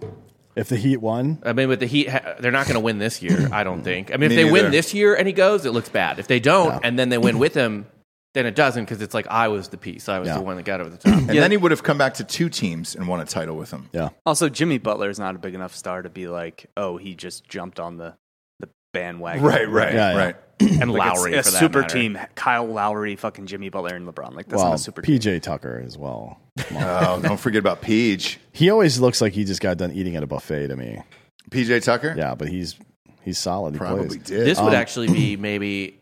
Speaker 4: If the Heat won,
Speaker 2: I mean, with the Heat, ha- they're not going to win this year. I don't think. I mean, if
Speaker 1: Mm. Me
Speaker 2: they
Speaker 1: neither.
Speaker 2: win this year and he goes, it looks bad. If they don't, and then they win with him, then it doesn't because it's like I was the piece. I was
Speaker 4: Yeah.
Speaker 2: the one that got over the top.
Speaker 1: And then he would have come back to two teams and won a title with him.
Speaker 4: yeah,
Speaker 3: Also, Jimmy Butler is not a big enough star to be like, oh, he just jumped on the the bandwagon.
Speaker 1: Right, right,
Speaker 4: Yeah, yeah.
Speaker 1: right.
Speaker 2: and
Speaker 3: Like,
Speaker 2: Lowry
Speaker 3: it's
Speaker 2: for
Speaker 3: a
Speaker 2: that
Speaker 3: super
Speaker 2: matter.
Speaker 3: team. Kyle Lowry, fucking Jimmy Butler, and LeBron. Like that's
Speaker 4: well,
Speaker 3: not a super team.
Speaker 4: PJ Tucker as well. Come on.
Speaker 1: Oh, don't forget about Peach.
Speaker 4: he always looks like he just got done eating at a buffet to me.
Speaker 1: PJ Tucker?
Speaker 4: Yeah, but he's he's solid. He
Speaker 1: Probably
Speaker 4: plays.
Speaker 1: did.
Speaker 2: This would actually be maybe.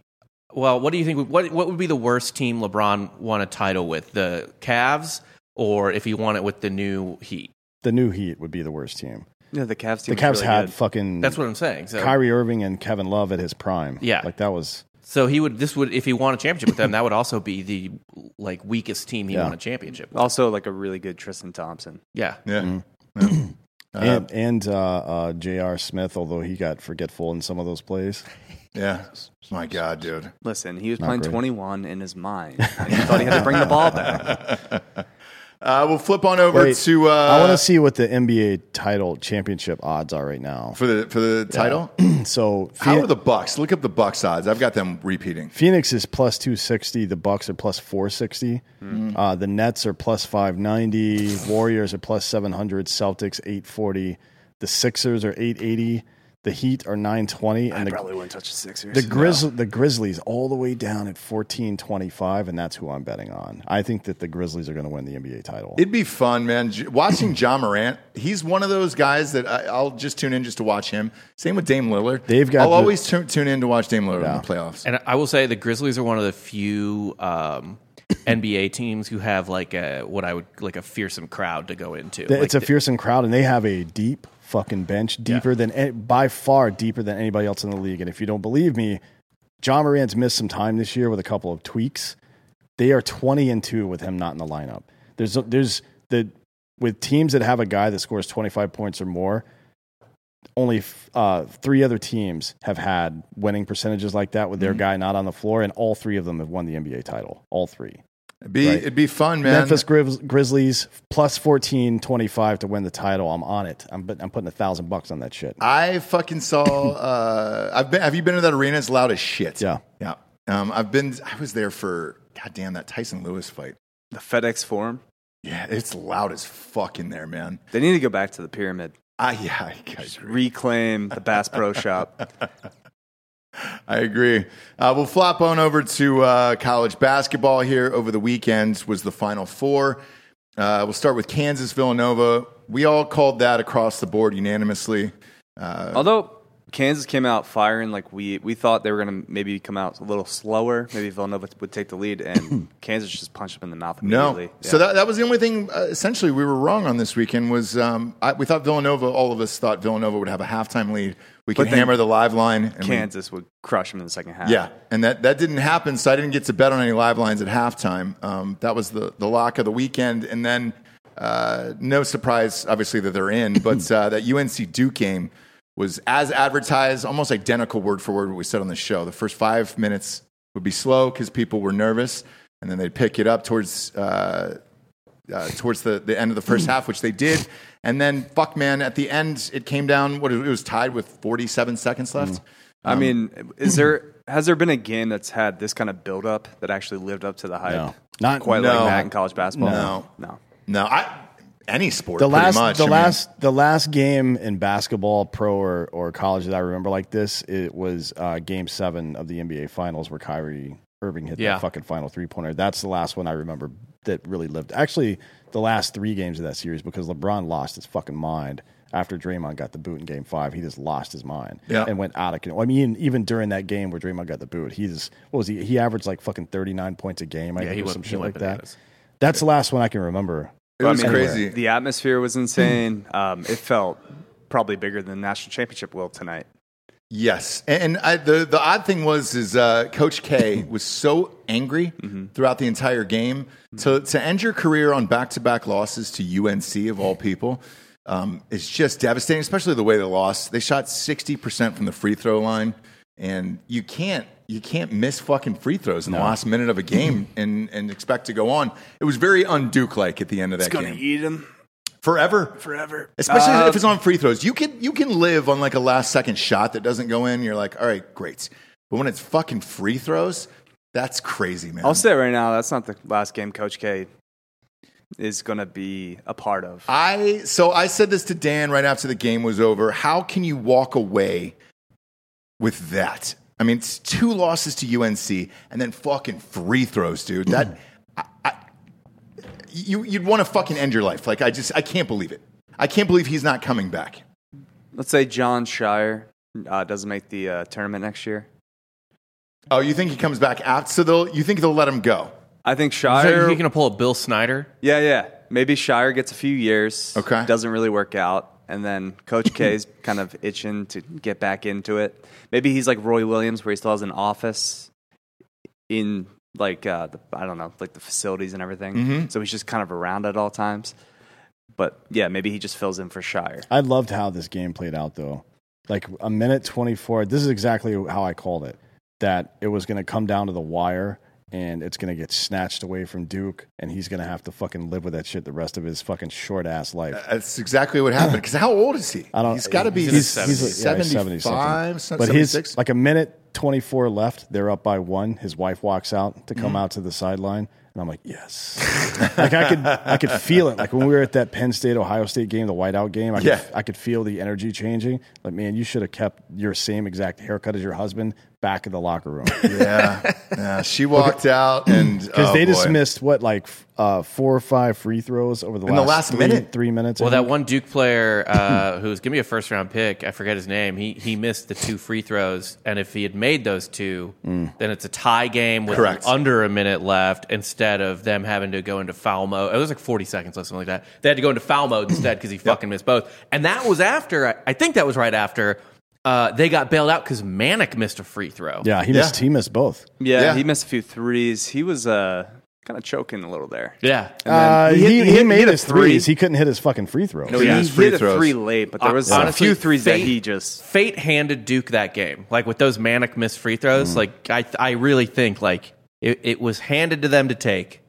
Speaker 2: Well, what do you think? What what would be the worst team LeBron won a title with? The Cavs, or if he won it with the new Heat?
Speaker 4: the new Heat would be the worst team.
Speaker 3: Yeah, the Cavs
Speaker 4: The
Speaker 3: team.
Speaker 4: Cavs
Speaker 3: was really
Speaker 4: had
Speaker 3: good.
Speaker 4: fucking
Speaker 2: That's what I'm saying. So,
Speaker 4: Kyrie Irving and Kevin Love at his prime.
Speaker 2: Yeah.
Speaker 4: like that was
Speaker 2: so he would. This would if he won a championship with them, that would also be the like weakest team he
Speaker 4: Yeah.
Speaker 2: won a championship. with.
Speaker 3: also like a really good Tristan Thompson.
Speaker 2: Yeah,
Speaker 1: Yeah.
Speaker 4: Mm-hmm. and and uh, uh, J.R. Smith, although he got forgetful in some of those plays.
Speaker 1: Yeah. My God, dude.
Speaker 3: Listen, he was playing
Speaker 4: great.
Speaker 3: 21 in his mind, and he thought he had to bring the ball back.
Speaker 1: Uh, we'll flip on over
Speaker 4: Wait,
Speaker 1: to uh,
Speaker 4: I want to see what the NBA title championship odds are right now.
Speaker 1: for the for the title.
Speaker 4: So
Speaker 1: How
Speaker 4: Phoen-
Speaker 1: are the Bucks? Look up the Bucks odds. I've got them repeating.
Speaker 4: Phoenix is plus two sixty. The Bucks are plus four sixty.
Speaker 3: Mm-hmm.
Speaker 4: Uh, the Nets are plus five ninety. Warriors are plus seven hundred. Celtics eight forty. The Sixers are eight eighty. The Heat are nine twenty, and the
Speaker 3: Probably wouldn't touch the Sixers.
Speaker 4: The Grizzly, the Grizzlies, all the way down at fourteen twenty five, and that's who I'm betting on. I think that the Grizzlies are going to win the NBA title.
Speaker 1: It'd be fun, man. J- Watching John Morant, he's one of those guys that I, I'll just tune in just to watch him. Same with Dame Lillard.
Speaker 4: They've got
Speaker 1: I'll
Speaker 4: the-
Speaker 1: always tu- tune in to watch Dame Lillard in the playoffs.
Speaker 2: and I will say the Grizzlies are one of the few um, NBA teams who have like a what I would like a fearsome crowd to go into.
Speaker 4: Th-
Speaker 2: Like,
Speaker 4: it's a fearsome crowd, and they have a deep fucking bench, deeper than than by far deeper than anybody else in the league. And if you don't believe me, John Morant's missed some time this year with a couple of tweaks. They are twenty and two with him not in the lineup. There's there's the with teams that have a guy that scores twenty five points or more. Only f- uh, three other teams have had winning percentages like that with their guy not on the floor, and all three of them have won the NBA title. All three.
Speaker 1: It'd be,
Speaker 4: Right.
Speaker 1: it'd be fun, man.
Speaker 4: Memphis Grizz- Grizzlies plus 14 25 to win the title. I'm on it. I'm, bet- I'm putting a thousand bucks on that shit.
Speaker 1: I fucking saw. Uh, I've been. Have you been to that arena? It's loud as shit.
Speaker 4: Yeah.
Speaker 1: yeah. Um, I've been. I was there for goddamn that Tyson Lewis fight.
Speaker 3: the FedEx Forum.
Speaker 1: Yeah, it's loud as fuck in there, man.
Speaker 3: They need to go back to the pyramid,
Speaker 1: I yeah, I guys
Speaker 3: reclaim the Bass Pro Shop.
Speaker 1: I agree. Uh, we'll flop on over to uh, college basketball here. Over the weekend was the Final Four. Uh, we'll start with Kansas Villanova. We all called that across the board unanimously.
Speaker 3: Although Kansas came out firing, like we we thought they were going to maybe come out a little slower. Maybe Villanova would take the lead, and Kansas just punched them in the mouth
Speaker 1: No,
Speaker 3: immediately.
Speaker 1: so that, that was the only thing. Uh, essentially, we were wrong on this weekend. Was um, I, we thought Villanova? All of us thought Villanova would have a halftime lead. We could
Speaker 3: But then
Speaker 1: hammer the live line. And we-
Speaker 3: Kansas would crush them in the second half.
Speaker 1: yeah, and that, that didn't happen. So I didn't get to bet on any live lines at halftime. Um, that was the the lock of the weekend, and then uh, no surprise, obviously that they're in. But uh, that UNC Duke game was as advertised, almost identical word for word what we said on the show. The first five minutes would be slow because people were nervous, and then they'd pick it up towards. Uh, uh, towards the, the end of the first half, which they did. And then, fuck, man, at the end, it came down. What it was tied with 47 seconds left.
Speaker 3: I
Speaker 1: Um,
Speaker 3: mean, is there has there been a game that's had this kind of build up that actually lived up to the hype?
Speaker 4: No. Not-
Speaker 3: quite
Speaker 1: No.
Speaker 3: like that in college basketball.
Speaker 1: No.
Speaker 3: no.
Speaker 1: No, I, any sport,
Speaker 4: the
Speaker 1: pretty
Speaker 4: last
Speaker 1: much.
Speaker 4: the
Speaker 1: I mean,
Speaker 4: last the last game in basketball pro or, or college that I remember like this it was uh, game 7 of the NBA finals where Kyrie Irving hit
Speaker 2: Yeah.
Speaker 4: that fucking final three pointer that's the last one I remember that really lived actually the last 3 games of that series because LeBron lost his fucking mind after Draymond got the boot in game 5 he just lost his mind
Speaker 1: Yeah.
Speaker 4: and went out of control I mean even during that game where Draymond got the boot he's what was he he averaged like fucking 39 points a game I
Speaker 2: Yeah,
Speaker 4: think
Speaker 2: he
Speaker 4: or
Speaker 2: went-
Speaker 4: some
Speaker 2: he
Speaker 4: shit
Speaker 2: went
Speaker 4: like that
Speaker 2: bananas.
Speaker 4: that's the last one I can remember
Speaker 1: it was
Speaker 3: I mean,
Speaker 1: crazy.
Speaker 3: The atmosphere was insane. Um, it felt probably bigger than the national championship will tonight.
Speaker 1: Yes, and I, the the odd thing was is uh, Coach K was so angry throughout the entire game to to end your career on back to back losses to UNC of all people. Um, it's just devastating, especially the way they lost. They shot sixty percent from the free throw line, and you can't you can't miss fucking free throws in the last minute of a game and and expect to go on. It was very unduke like at the end of that game
Speaker 3: eat him
Speaker 1: forever,
Speaker 3: forever. Uh,
Speaker 1: especially if it's on free throws. You can you can live on like a last second shot that doesn't go in. You're like, all right, great. But when it's fucking free throws, that's crazy, man.
Speaker 3: I'll say it right now. That's not the last game Coach K is going to be a part of.
Speaker 1: I so I said this to Dan right after the game was over. How can you walk away with that? I mean, it's two losses to UNC and then fucking free throws, dude. That I, I, you you'd want to fucking end your life. Like I just I can't believe it. I can't believe he's not coming back.
Speaker 3: Let's say John Shire uh, doesn't make the uh, tournament next year.
Speaker 1: Oh, you think he comes back after? So they'll you think they'll let him go?
Speaker 3: I think
Speaker 2: Is
Speaker 3: Shire.
Speaker 2: there, you gonna pull up Bill Snyder?
Speaker 3: Yeah, yeah. Maybe Shire gets a few years.
Speaker 1: Okay.
Speaker 3: Doesn't really work out. And then Coach K's kind of itching to get back into it. Maybe he's like Roy Williams, where he still has an office in like, uh, the, I don't know, like the facilities and everything.
Speaker 1: Mm-hmm.
Speaker 3: So he's just kind of around at all times. But yeah, maybe he just fills in for Shire.
Speaker 4: I loved how this game played out, though. Like a minute 24, this is exactly how I called it that it was going to come down to the wire and it's going to get snatched away from Duke and he's going to have to fucking live with that shit the rest of his fucking short ass life.
Speaker 1: That's exactly what happened. Because how old is he?
Speaker 4: I don't,
Speaker 1: He's got to be
Speaker 4: he's, he's, yeah, he's
Speaker 1: 75,
Speaker 4: 70
Speaker 1: se-
Speaker 4: something. But his,
Speaker 1: 76?
Speaker 4: like a minute 24 left, they're up by one. His wife walks out to
Speaker 1: Mm.
Speaker 4: come out to the sideline. And I'm like, yes. like I could, I could feel it. Like when we were at that Penn State Ohio State game, the whiteout game, I could,
Speaker 1: Yeah.
Speaker 4: I could feel the energy changing. Like, man, you should have kept your same exact haircut as your husband back in the locker room
Speaker 1: Oh,
Speaker 4: because
Speaker 1: yeah. yeah. She walked out and. oh, Because
Speaker 4: they just missed what like f- uh, four or five free throws over the
Speaker 1: In
Speaker 4: last,
Speaker 1: the last
Speaker 4: three,
Speaker 1: minute.
Speaker 4: three minutes.
Speaker 2: Well,
Speaker 4: I
Speaker 2: that
Speaker 4: think.
Speaker 2: one Duke player uh, who was going to be a first round pick, I forget his name, he, he missed the two free throws. And if he had made those two, then it's a tie game with
Speaker 1: Correct.
Speaker 2: under a minute left instead of them having to go into foul mode. It was like 40 seconds left, something like that. They had to go into foul mode instead because he fucking missed both. And that was after, I, I think that was right after. Uh, they got bailed out because Manic missed a free throw.
Speaker 4: yeah, he missed. He missed both.
Speaker 3: Yeah,
Speaker 1: Yeah.
Speaker 3: he missed a few threes. He was uh, kind of choking a little there.
Speaker 2: Yeah.
Speaker 3: And then
Speaker 4: Uh, he,
Speaker 3: hit-
Speaker 4: he,
Speaker 3: hit-
Speaker 4: made
Speaker 3: hit a
Speaker 4: his
Speaker 3: three.
Speaker 4: threes. He couldn't hit his fucking free throws.
Speaker 1: No, he had his free
Speaker 3: hit a
Speaker 1: throws.
Speaker 3: three late, but there was
Speaker 2: Uh, Honestly,
Speaker 3: a few threes that
Speaker 2: fate-
Speaker 3: he just
Speaker 2: fate handed Duke that game. Like with those manic missed free
Speaker 3: Mm.
Speaker 2: throws, like I I really think like it, it was handed to them to take,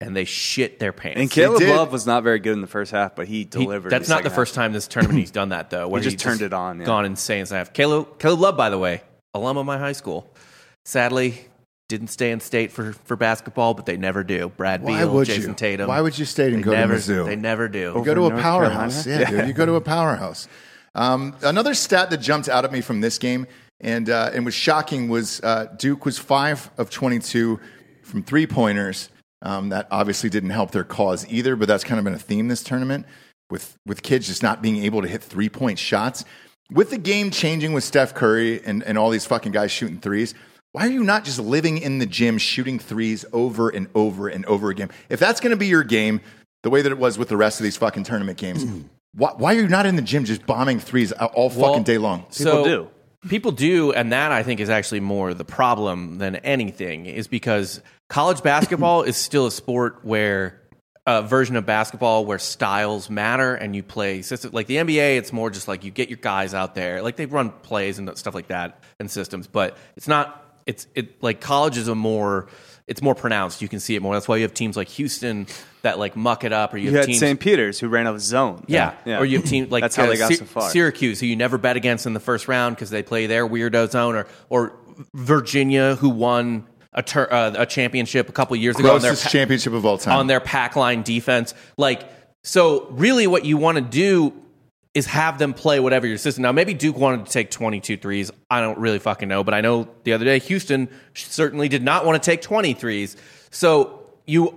Speaker 2: and they shit their pants.
Speaker 3: And Caleb
Speaker 1: did.
Speaker 3: Love was not very good in the first half, but he
Speaker 2: He-
Speaker 3: delivered.
Speaker 2: that's not the first time this tournament he's done that though. Where
Speaker 3: just turned it on, yeah.
Speaker 2: gone insane. as I have Caleb Caleb Love, by the way, alum of my high school. Sadly, didn't stay in state for, for basketball, but they never do. Brad
Speaker 1: Why
Speaker 2: Beal,
Speaker 1: would
Speaker 2: Jason
Speaker 1: you?
Speaker 2: Tatum.
Speaker 1: Why would you stay and
Speaker 2: They
Speaker 1: go to
Speaker 2: never,
Speaker 1: Mizzou?
Speaker 2: They never do.
Speaker 1: You go to a
Speaker 3: North
Speaker 1: powerhouse. Yeah,
Speaker 3: Carolina?
Speaker 1: dude. You go to a powerhouse. Um, another stat that jumped out at me from this game and, uh, and was shocking was uh, Duke was 5 of 22 from three pointers. Um, that obviously didn't help their cause either, but that's kind of been a theme this tournament with, with kids just not being able to hit three point shots. With the game changing with Steph Curry and, and all these fucking guys shooting threes, why are you not just living in the gym shooting threes over and over and over again? If that's going to be your game, the way that it was with the rest of these fucking tournament games, why, why are you not in the gym just bombing threes all fucking
Speaker 2: Well,
Speaker 1: day long?
Speaker 2: so
Speaker 3: do.
Speaker 2: People do, and that I think is actually more the problem than anything, is because college basketball is still a sport where a version of basketball where styles matter and you play system like the NBA. It's more just like you get your guys out there, like they run plays and stuff like that and systems, but it's not. It's it like college is a more it's more pronounced. You can see it more. That's why you have teams like Houston that like muck it up, or you,
Speaker 3: You
Speaker 2: have
Speaker 3: had
Speaker 2: teams.
Speaker 3: St. Peter's who ran off zone.
Speaker 2: yeah. or you have teams like
Speaker 3: That's how
Speaker 2: uh,
Speaker 3: they got
Speaker 2: Sy-
Speaker 3: so far.
Speaker 2: Syracuse, who you never bet against in the first round because they play their weirdo zone, or or Virginia, who won a tur- uh, a championship a couple years ago. on their
Speaker 1: Grossest
Speaker 2: pa-
Speaker 1: championship of all time.
Speaker 2: on their pack line defense. Like, so really what you want to do is have them play whatever your system. Now, maybe Duke wanted to take 22 threes. I don't really fucking know, but I know the other day Houston certainly did not want to take 20 threes. So you,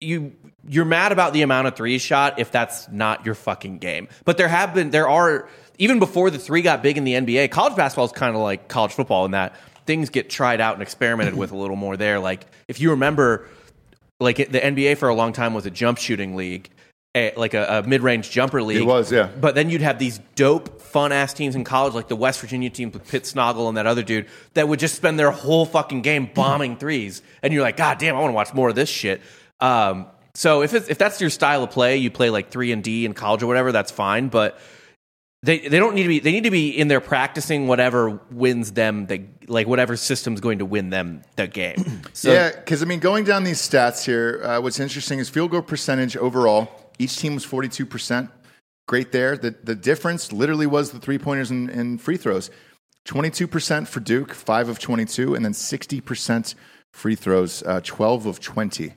Speaker 2: you, you're mad about the amount of threes shot if that's not your fucking game. But there have been, there are, even before the three got big in the NBA, college basketball is kind of like college football in that things get tried out and experimented with a little more there. Like, if you remember, like it- the NBA for a long time was a jump shooting league, eh, like a, a mid-range jumper league.
Speaker 1: It was, yeah.
Speaker 2: But then you'd have these dope, fun-ass teams in college, like the West Virginia team with Pitt Snoggle and that other dude, that would just spend their whole fucking game bombing threes, and you're like, God damn, I want to watch more of this shit. Um, so if it's, if that's your style of play, you play like three and D in college or whatever, that's fine. But they they don't need to be they need to be in there practicing whatever wins them the like whatever system's going to win them the game. So
Speaker 1: yeah, because I mean, going down these stats here, uh, what's interesting is field goal percentage overall. Each team was forty-two percent. Great there. The the difference literally was the three pointers and, and free throws. Twenty-two percent for Duke, five of twenty-two, and then sixty percent free throws, uh, twelve of twenty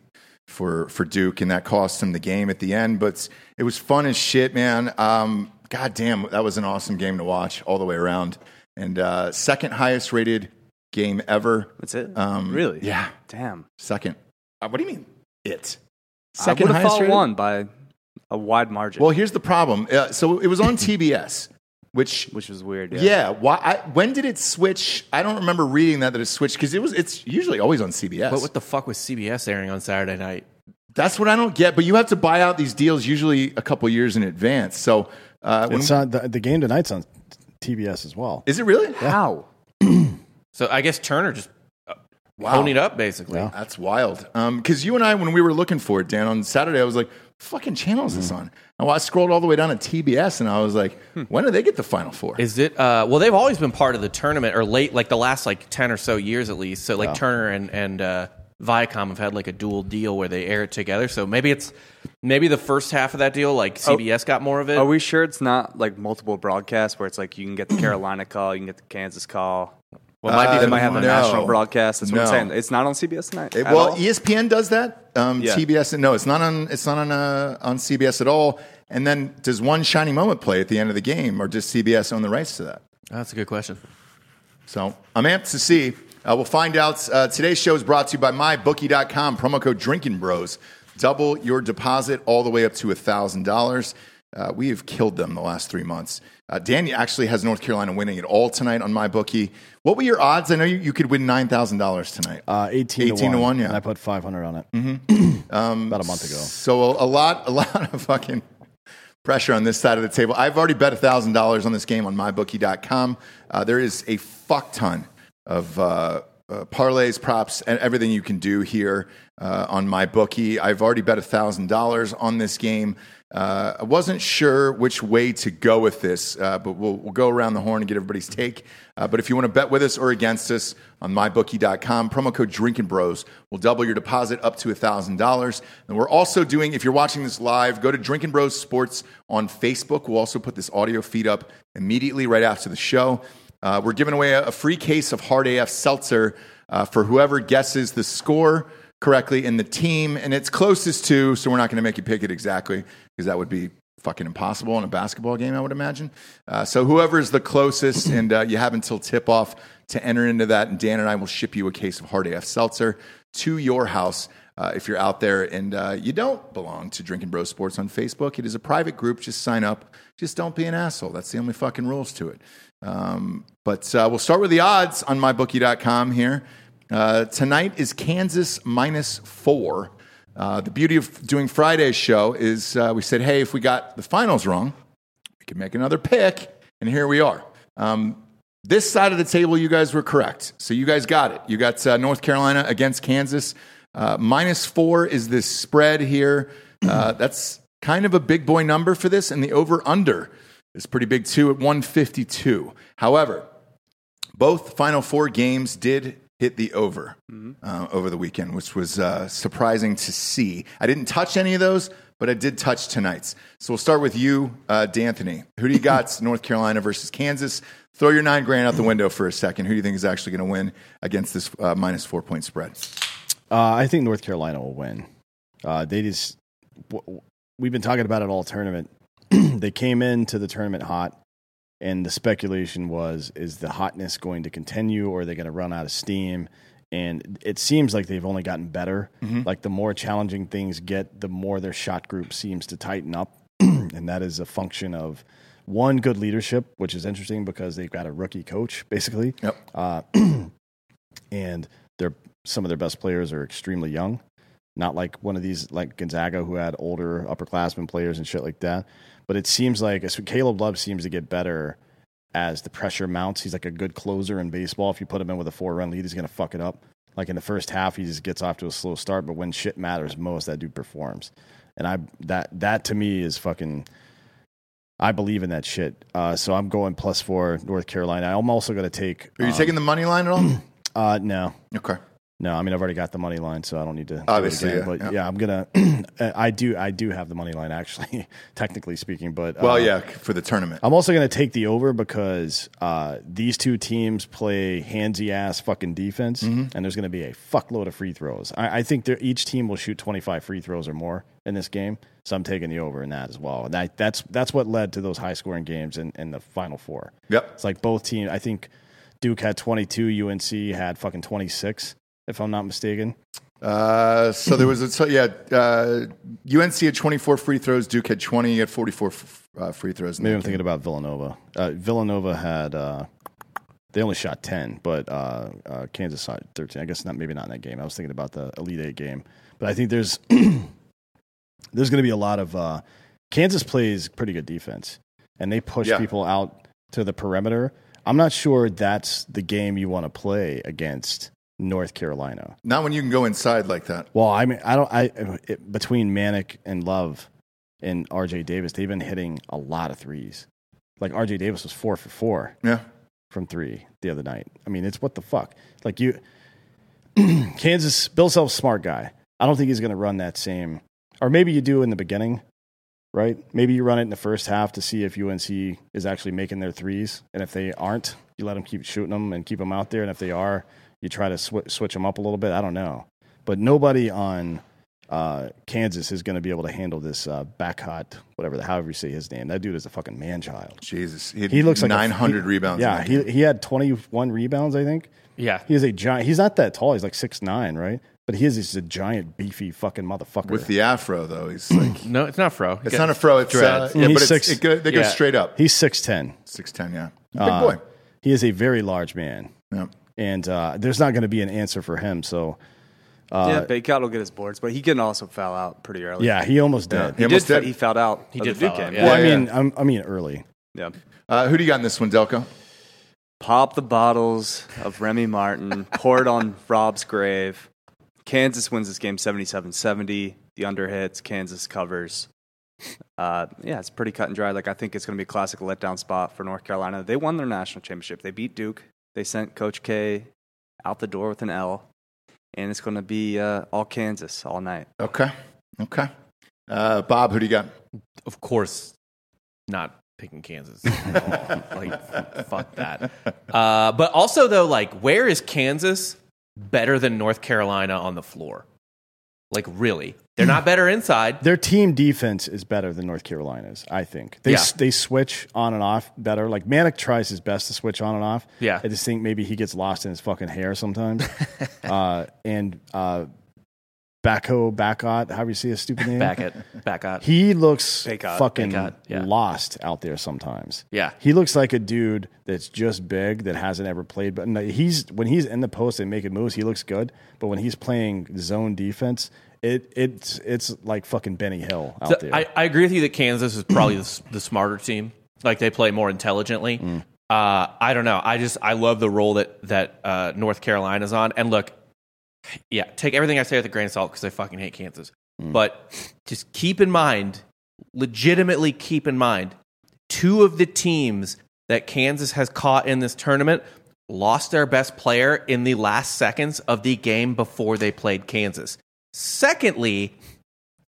Speaker 1: for for Duke, and that cost him the game at the end. But it was fun as shit, man. Um, God damn, that was an awesome game to watch all the way around. And uh, second highest rated game ever.
Speaker 3: That's it?
Speaker 1: Um,
Speaker 3: really?
Speaker 1: yeah.
Speaker 3: Damn.
Speaker 1: Second. Uh, what do you mean? It.
Speaker 3: I would have thought
Speaker 1: rated?
Speaker 3: one by a wide margin,
Speaker 1: Well, here's the problem. Uh, so it was on TBS, which
Speaker 3: which was weird.
Speaker 1: yeah. why? I, when did it switch? I don't remember reading that that it switched because it was. It's usually always on CBS.
Speaker 2: But what the fuck was CBS airing on Saturday night?
Speaker 1: That's what I don't get. But you have to buy out these deals usually a couple years in advance. So uh, when,
Speaker 4: It's on, the, the game tonight's on TBS as well.
Speaker 1: is it really?
Speaker 3: How?
Speaker 2: So I guess Turner just ponied up basically.
Speaker 4: Yeah.
Speaker 1: That's wild. Because you and I, when we were looking for it, Dan, on Saturday, I was like, "Fucking channel is this on?" And I scrolled all the way down to TBS, and I was like, "When do they get the Final Four?
Speaker 2: Is it? Uh, well, they've always been part of the tournament, or late, like the last like ten or so years at least. So like Turner and and uh, Viacom have had like a dual deal where they air it together. So maybe it's maybe the first half of that deal, like CBS got more of it.
Speaker 3: Are we sure it's not like multiple broadcasts where it's like you can get the Carolina call, you can get the Kansas call?
Speaker 2: well, it might be
Speaker 1: Uh,
Speaker 2: the-
Speaker 3: They might have a
Speaker 1: no.
Speaker 3: national broadcast. That's what
Speaker 1: No.
Speaker 3: I'm saying. It's not on CBS tonight.
Speaker 1: It-
Speaker 3: at
Speaker 1: well, E
Speaker 3: all?
Speaker 1: ESPN does that. Um,
Speaker 3: Yeah.
Speaker 1: TBS, no, it's not on. It's not on uh, on CBS at all. And then, does one shiny moment play at the end of the game, or does CBS own the rights to that?
Speaker 2: Oh, that's a good question.
Speaker 1: So I'm amped to see. Uh, we'll find out. Uh, today's show is brought to you by mybookie.com, promo code Drinking Bros. Double your deposit all the way up to $1,000. Uh, we have killed them the last three months. Uh, Danny actually has North Carolina winning it all tonight on MyBookie. What were your odds? I know you, you could win $9,000 tonight.
Speaker 4: Uh, 18,
Speaker 1: 18 to one, yeah. Mm-hmm. Um,
Speaker 4: And I put 500 on it about a month ago.
Speaker 1: So a, a lot, a lot of fucking pressure on this side of the table. I've already bet thousand dollars on this game on mybookie.com. Uh, there is a fuck ton of uh, uh, parlays, props, and everything you can do here uh, on mybookie. I've already bet thousand dollars on this game. Uh, I wasn't sure which way to go with this, uh, but we'll, we'll go around the horn and get everybody's take. Uh, but if you want to bet with us or against us on mybookie.com, promo code Drinking Bros will double your deposit up to $1,000. And we're also doing, if you're watching this live, go to Drinking Bros Sports on Facebook. We'll also put this audio feed up immediately right after the show. Uh, we're giving away a, a free case of Hard AF Seltzer uh, for whoever guesses the score correctly in the team and it's closest to so we're not going to make you pick it exactly because that would be fucking impossible in a basketball game i would imagine uh, so whoever is the closest and uh, you have until tip off to enter into that and dan and i will ship you a case of hard af seltzer to your house uh, if you're out there and uh, you don't belong to drinking bro sports on facebook it is a private group just sign up just don't be an asshole that's the only fucking rules to it um, but uh, we'll start with the odds on mybookie.com here uh, tonight is Kansas minus four. Uh, the beauty of doing Friday's show is uh, we said, hey, if we got the finals wrong, we could make another pick, and here we are. Um, this side of the table, you guys were correct. So you guys got it. You got uh, North Carolina against Kansas. Uh, minus four is this spread here. Uh, that's kind of a big boy number for this, and the over under is pretty big too at 152. However, both Final Four games did hit the over uh, over the weekend, which was uh, surprising to see. I didn't touch any of those, but I did touch tonight's. So we'll start with you, uh, D'Anthony. Who do you got? North Carolina versus Kansas. Throw your nine grand out the window for a second. Who do you think is actually going to win against this uh, minus four point spread?
Speaker 4: Uh, I think North Carolina will win. Uh, they just w- w- we've been talking about it all tournament. they came into the tournament hot, and the speculation was: is the hotness going to continue, or are they going to run out of steam? And it seems like they've only gotten better. Like the more challenging things get, the more their shot group seems to tighten up, and that is a function of one good leadership, which is interesting because they've got a rookie coach basically
Speaker 1: Yep.
Speaker 4: Uh, and their some of their best players are extremely young. Not like one of these like Gonzaga who had older upperclassmen players and shit like that. But it seems like so Caleb Love seems to get better as the pressure mounts. He's like a good closer in baseball. If you put him in with a four run lead, he's gonna fuck it up. Like in the first half, he just gets off to a slow start, but when shit matters most, that dude performs. And I that that to me is fucking I believe in that shit. Uh, so I'm going plus four North Carolina. I'm also gonna take
Speaker 1: Are you
Speaker 4: um,
Speaker 1: taking the money line at all?
Speaker 4: uh no.
Speaker 1: okay.
Speaker 4: No, I mean I've already got the money line, so I don't need to. do it
Speaker 1: Obviously,
Speaker 4: again.
Speaker 1: yeah,
Speaker 4: but
Speaker 1: yeah.
Speaker 4: yeah. I'm gonna. uh, I do. I do have the money line actually, technically speaking. But
Speaker 1: Well,
Speaker 4: uh,
Speaker 1: yeah, for the tournament.
Speaker 4: I'm also gonna take the over because uh, these two teams play handsy ass fucking defense,
Speaker 1: Mm-hmm.
Speaker 4: and there's gonna be a fuckload of free throws. I, I think they're- each team will shoot 25 free throws or more in this game, so I'm taking the over in that as well. And that, that's that's what led to those high scoring games in, in the final four.
Speaker 1: Yep.
Speaker 4: It's like both teams. I think Duke had 22, UNC had fucking 26, if I'm not mistaken.
Speaker 1: Uh, so there was a so yeah. Uh, UNC had 24 free throws. Duke had 20. You had 44 f- uh, free throws. in
Speaker 4: Maybe
Speaker 1: that
Speaker 4: I'm
Speaker 1: game.
Speaker 4: thinking about Villanova. Uh, Villanova had uh, they only shot 10, but uh, uh, Kansas shot 13. I guess not. Maybe not in that game. I was thinking about the Elite Eight game, but I think there's there's going to be a lot of uh, Kansas plays pretty good defense, and they push
Speaker 1: Yeah.
Speaker 4: people out to the perimeter. I'm not sure that's the game you want to play against North Carolina.
Speaker 1: Not when you can go inside like that.
Speaker 4: Well, I mean, I don't. I it, between Manic and Love and R.J. Davis, they've been hitting a lot of threes. Like R.J. Davis was four for four
Speaker 1: Yeah.
Speaker 4: from three the other night. I mean, it's what the fuck. Like you, Kansas. Bill Self's a smart guy. I don't think he's going to run that same. Or maybe you do in the beginning, right? Maybe you run it in the first half to see if UNC is actually making their threes, and if they aren't, you let them keep shooting them and keep them out there, and if they are, you try to sw- switch them up a little bit. I don't know, but nobody on. Uh, Kansas is going to be able to handle this uh, back hot, whatever the however you say his name. That dude is a fucking man child
Speaker 1: Jesus. He, had
Speaker 4: he looks like a-
Speaker 1: 900
Speaker 4: he-
Speaker 1: rebounds.
Speaker 4: Yeah,
Speaker 1: He,
Speaker 4: he, he had 21 rebounds, I think.
Speaker 2: Yeah.
Speaker 4: He is a giant. He's not that tall. He's like six nine, right? But he is just a giant, beefy fucking motherfucker.
Speaker 1: With the afro though, he's like
Speaker 2: No, it's not fro.
Speaker 1: it's not a fro. It's uh,
Speaker 2: Dreads.
Speaker 1: yeah,
Speaker 4: He's
Speaker 1: but it's,
Speaker 4: six-
Speaker 1: it go, they go
Speaker 2: yeah.
Speaker 1: straight up.
Speaker 4: he's six ten.
Speaker 1: Six ten. Yeah. Big
Speaker 4: Uh,
Speaker 1: boy.
Speaker 4: He is a very large man,
Speaker 1: Yeah.
Speaker 4: and uh, there's not going to be an answer for him. So
Speaker 3: yeah, Baycott will get his boards, but he can also foul out pretty early.
Speaker 4: yeah, he almost did.
Speaker 3: he,
Speaker 1: Yeah,
Speaker 3: did.
Speaker 1: almost
Speaker 3: fa-
Speaker 1: did.
Speaker 3: He fouled out. He
Speaker 2: did foul out, yeah.
Speaker 4: Well,
Speaker 1: Yeah,
Speaker 4: I
Speaker 1: yeah.
Speaker 4: mean, I'm, I mean early.
Speaker 3: yeah.
Speaker 1: Uh, who do you got in this one, Delco?
Speaker 3: Pop the bottles of Remy Martin, pour it on Rob's grave. Kansas wins this game 77 70. The under hits, Kansas covers. Uh, yeah, it's pretty cut and dry. Like, I think it's going to be a classic letdown spot for North Carolina. They won their national championship. They beat Duke. They sent Coach K out the door with an L. And it's going to be uh, all Kansas all night.
Speaker 1: Okay. Okay. Uh, Bob, who do you got?
Speaker 2: of course not picking Kansas at all. like fuck that. Uh, but also though, like where is Kansas better than North Carolina on the floor? Like really, they're not better inside.
Speaker 4: Their team defense is better than North Carolina's. I think they
Speaker 2: Yeah.
Speaker 4: they switch on and off better. Like Manic tries his best to switch on and off.
Speaker 2: Yeah.
Speaker 4: I just think maybe he gets lost in his fucking hair sometimes. uh, and uh, Backo Backot, however you say his stupid name,
Speaker 2: Back at back out.
Speaker 4: he looks
Speaker 3: Bacot,
Speaker 4: fucking
Speaker 2: Bacot, yeah.
Speaker 4: lost out there sometimes.
Speaker 2: Yeah.
Speaker 4: he looks like a dude that's just big that hasn't ever played. But no, he's when he's in the post and making moves, he looks good. But when he's playing zone defense, it it's it's like fucking Benny Hill out
Speaker 2: So
Speaker 4: there.
Speaker 2: I, I agree with you that Kansas is probably the, s- the smarter team. Like they play more intelligently. Uh, I don't know. I just I love the role that that uh, North Carolina's on. And look, yeah, take everything I say with a grain of salt because I fucking hate Kansas. But just keep in mind, legitimately keep in mind, two of the teams that Kansas has caught in this tournament lost their best player in the last seconds of the game before they played Kansas. Secondly,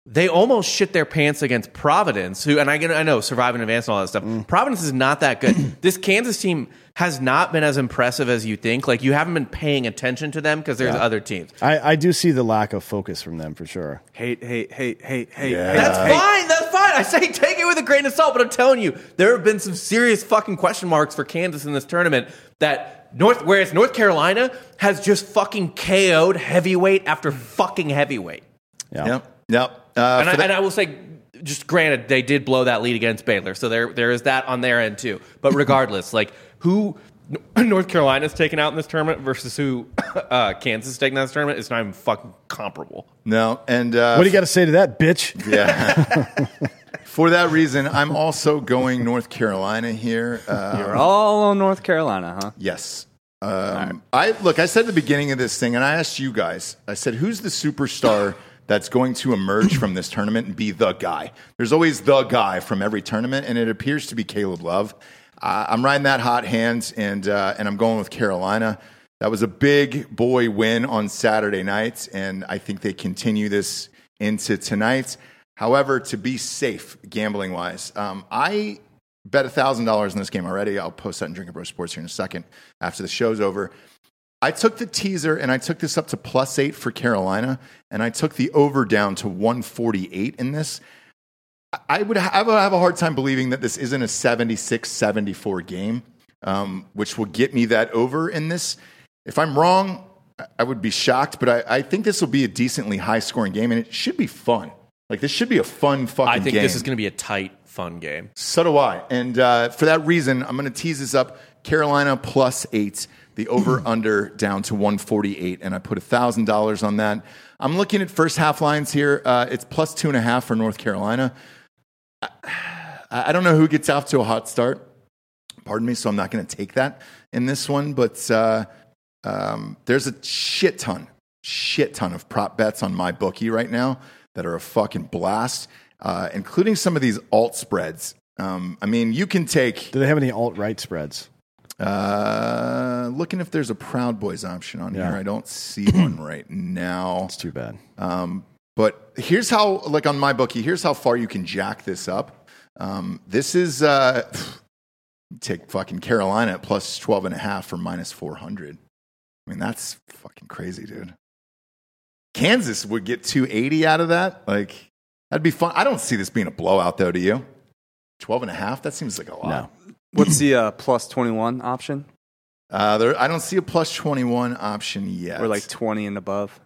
Speaker 2: they almost shit their pants against Providence, who, and I, can- I know, survive and advance and all that stuff. Providence is not that good. this Kansas team has not been as impressive as you think. Like, you haven't been paying attention to them because there's other teams.
Speaker 4: I, I do see the lack of focus from them for sure.
Speaker 3: Hate, hate, hate, hate, hate.
Speaker 1: Yeah.
Speaker 3: hate,
Speaker 2: That's
Speaker 3: hate.
Speaker 2: fine. That's fine. I say take it with a grain of salt, but I'm telling you, there have been some serious fucking question marks for Kansas in this tournament. That North, whereas North Carolina has just fucking KO'd heavyweight after fucking heavyweight.
Speaker 4: Yeah.
Speaker 1: Yep. Yep. Uh,
Speaker 2: and,
Speaker 1: for
Speaker 2: I,
Speaker 1: the-
Speaker 2: and I will say, just granted, they did blow that lead against Baylor, so there there is that on their end too. But regardless, like who North Carolina's taken out in this tournament versus who uh, Kansas is taking out in this tournament is not even fucking comparable.
Speaker 1: no. And uh,
Speaker 4: What do you got to say to that, bitch?
Speaker 1: Yeah. For that reason, I'm also going North Carolina here. Uh,
Speaker 3: You're all on North Carolina, huh?
Speaker 1: yes. Um, I look. I said at the beginning of this thing, and I asked you guys. I said, "Who's the superstar that's going to emerge from this tournament and be the guy?" There's always the guy from every tournament, and it appears to be Caleb Love. Uh, I'm riding that hot hand, and uh, and I'm going with Carolina. That was a big boy win on Saturday night, and I think they continue this into tonight. However, to be safe gambling wise, um, I bet $1,000 in this game already. I'll post that in Drinking Bro Sports here in a second after the show's over. I took the teaser and I took this up to plus eight for Carolina, and I took the over down to 148 in this. I- I would, ha- I would have a hard time believing that this isn't a 76 74 game, um, which will get me that over in this. If I'm wrong, I- I would be shocked, but I, I think this will be a decently high scoring game, and it should be fun. Like, this should be a fun fucking
Speaker 2: I think
Speaker 1: game.
Speaker 2: this is going to be a tight, fun game.
Speaker 1: So do I. And uh, for that reason, I'm going to tease this up. Carolina plus eight, the over under down to 148. And I put $1,000 on that. I'm looking at first half lines here. Uh, it's plus two and a half for North Carolina. I, I don't know who gets off to a hot start. Pardon me. So I'm not going to take that in this one. But uh, um, there's a shit ton, shit ton of prop bets on my bookie right now that are a fucking blast, uh, including some of these alt spreads. Um, I mean, you can take
Speaker 4: Do they have any alt right spreads?
Speaker 1: uh, looking if there's a Proud Boys option on
Speaker 4: Yeah.
Speaker 1: here. I don't see one right now.
Speaker 4: It's too bad.
Speaker 1: Um, But here's how, like on my bookie, here's how far you can jack this up. Um, this is uh, take fucking Carolina at plus 12 and a half for minus 400. I mean, that's fucking crazy, dude. Kansas would get 280 out of that. Like, that'd be fun. I don't see this being a blowout, though, do you? 12 and a half? That seems like a lot.
Speaker 4: No.
Speaker 3: What's the uh, plus 21 option?
Speaker 1: Uh, there, I don't see a plus 21 option yet.
Speaker 3: Or like 20 and above?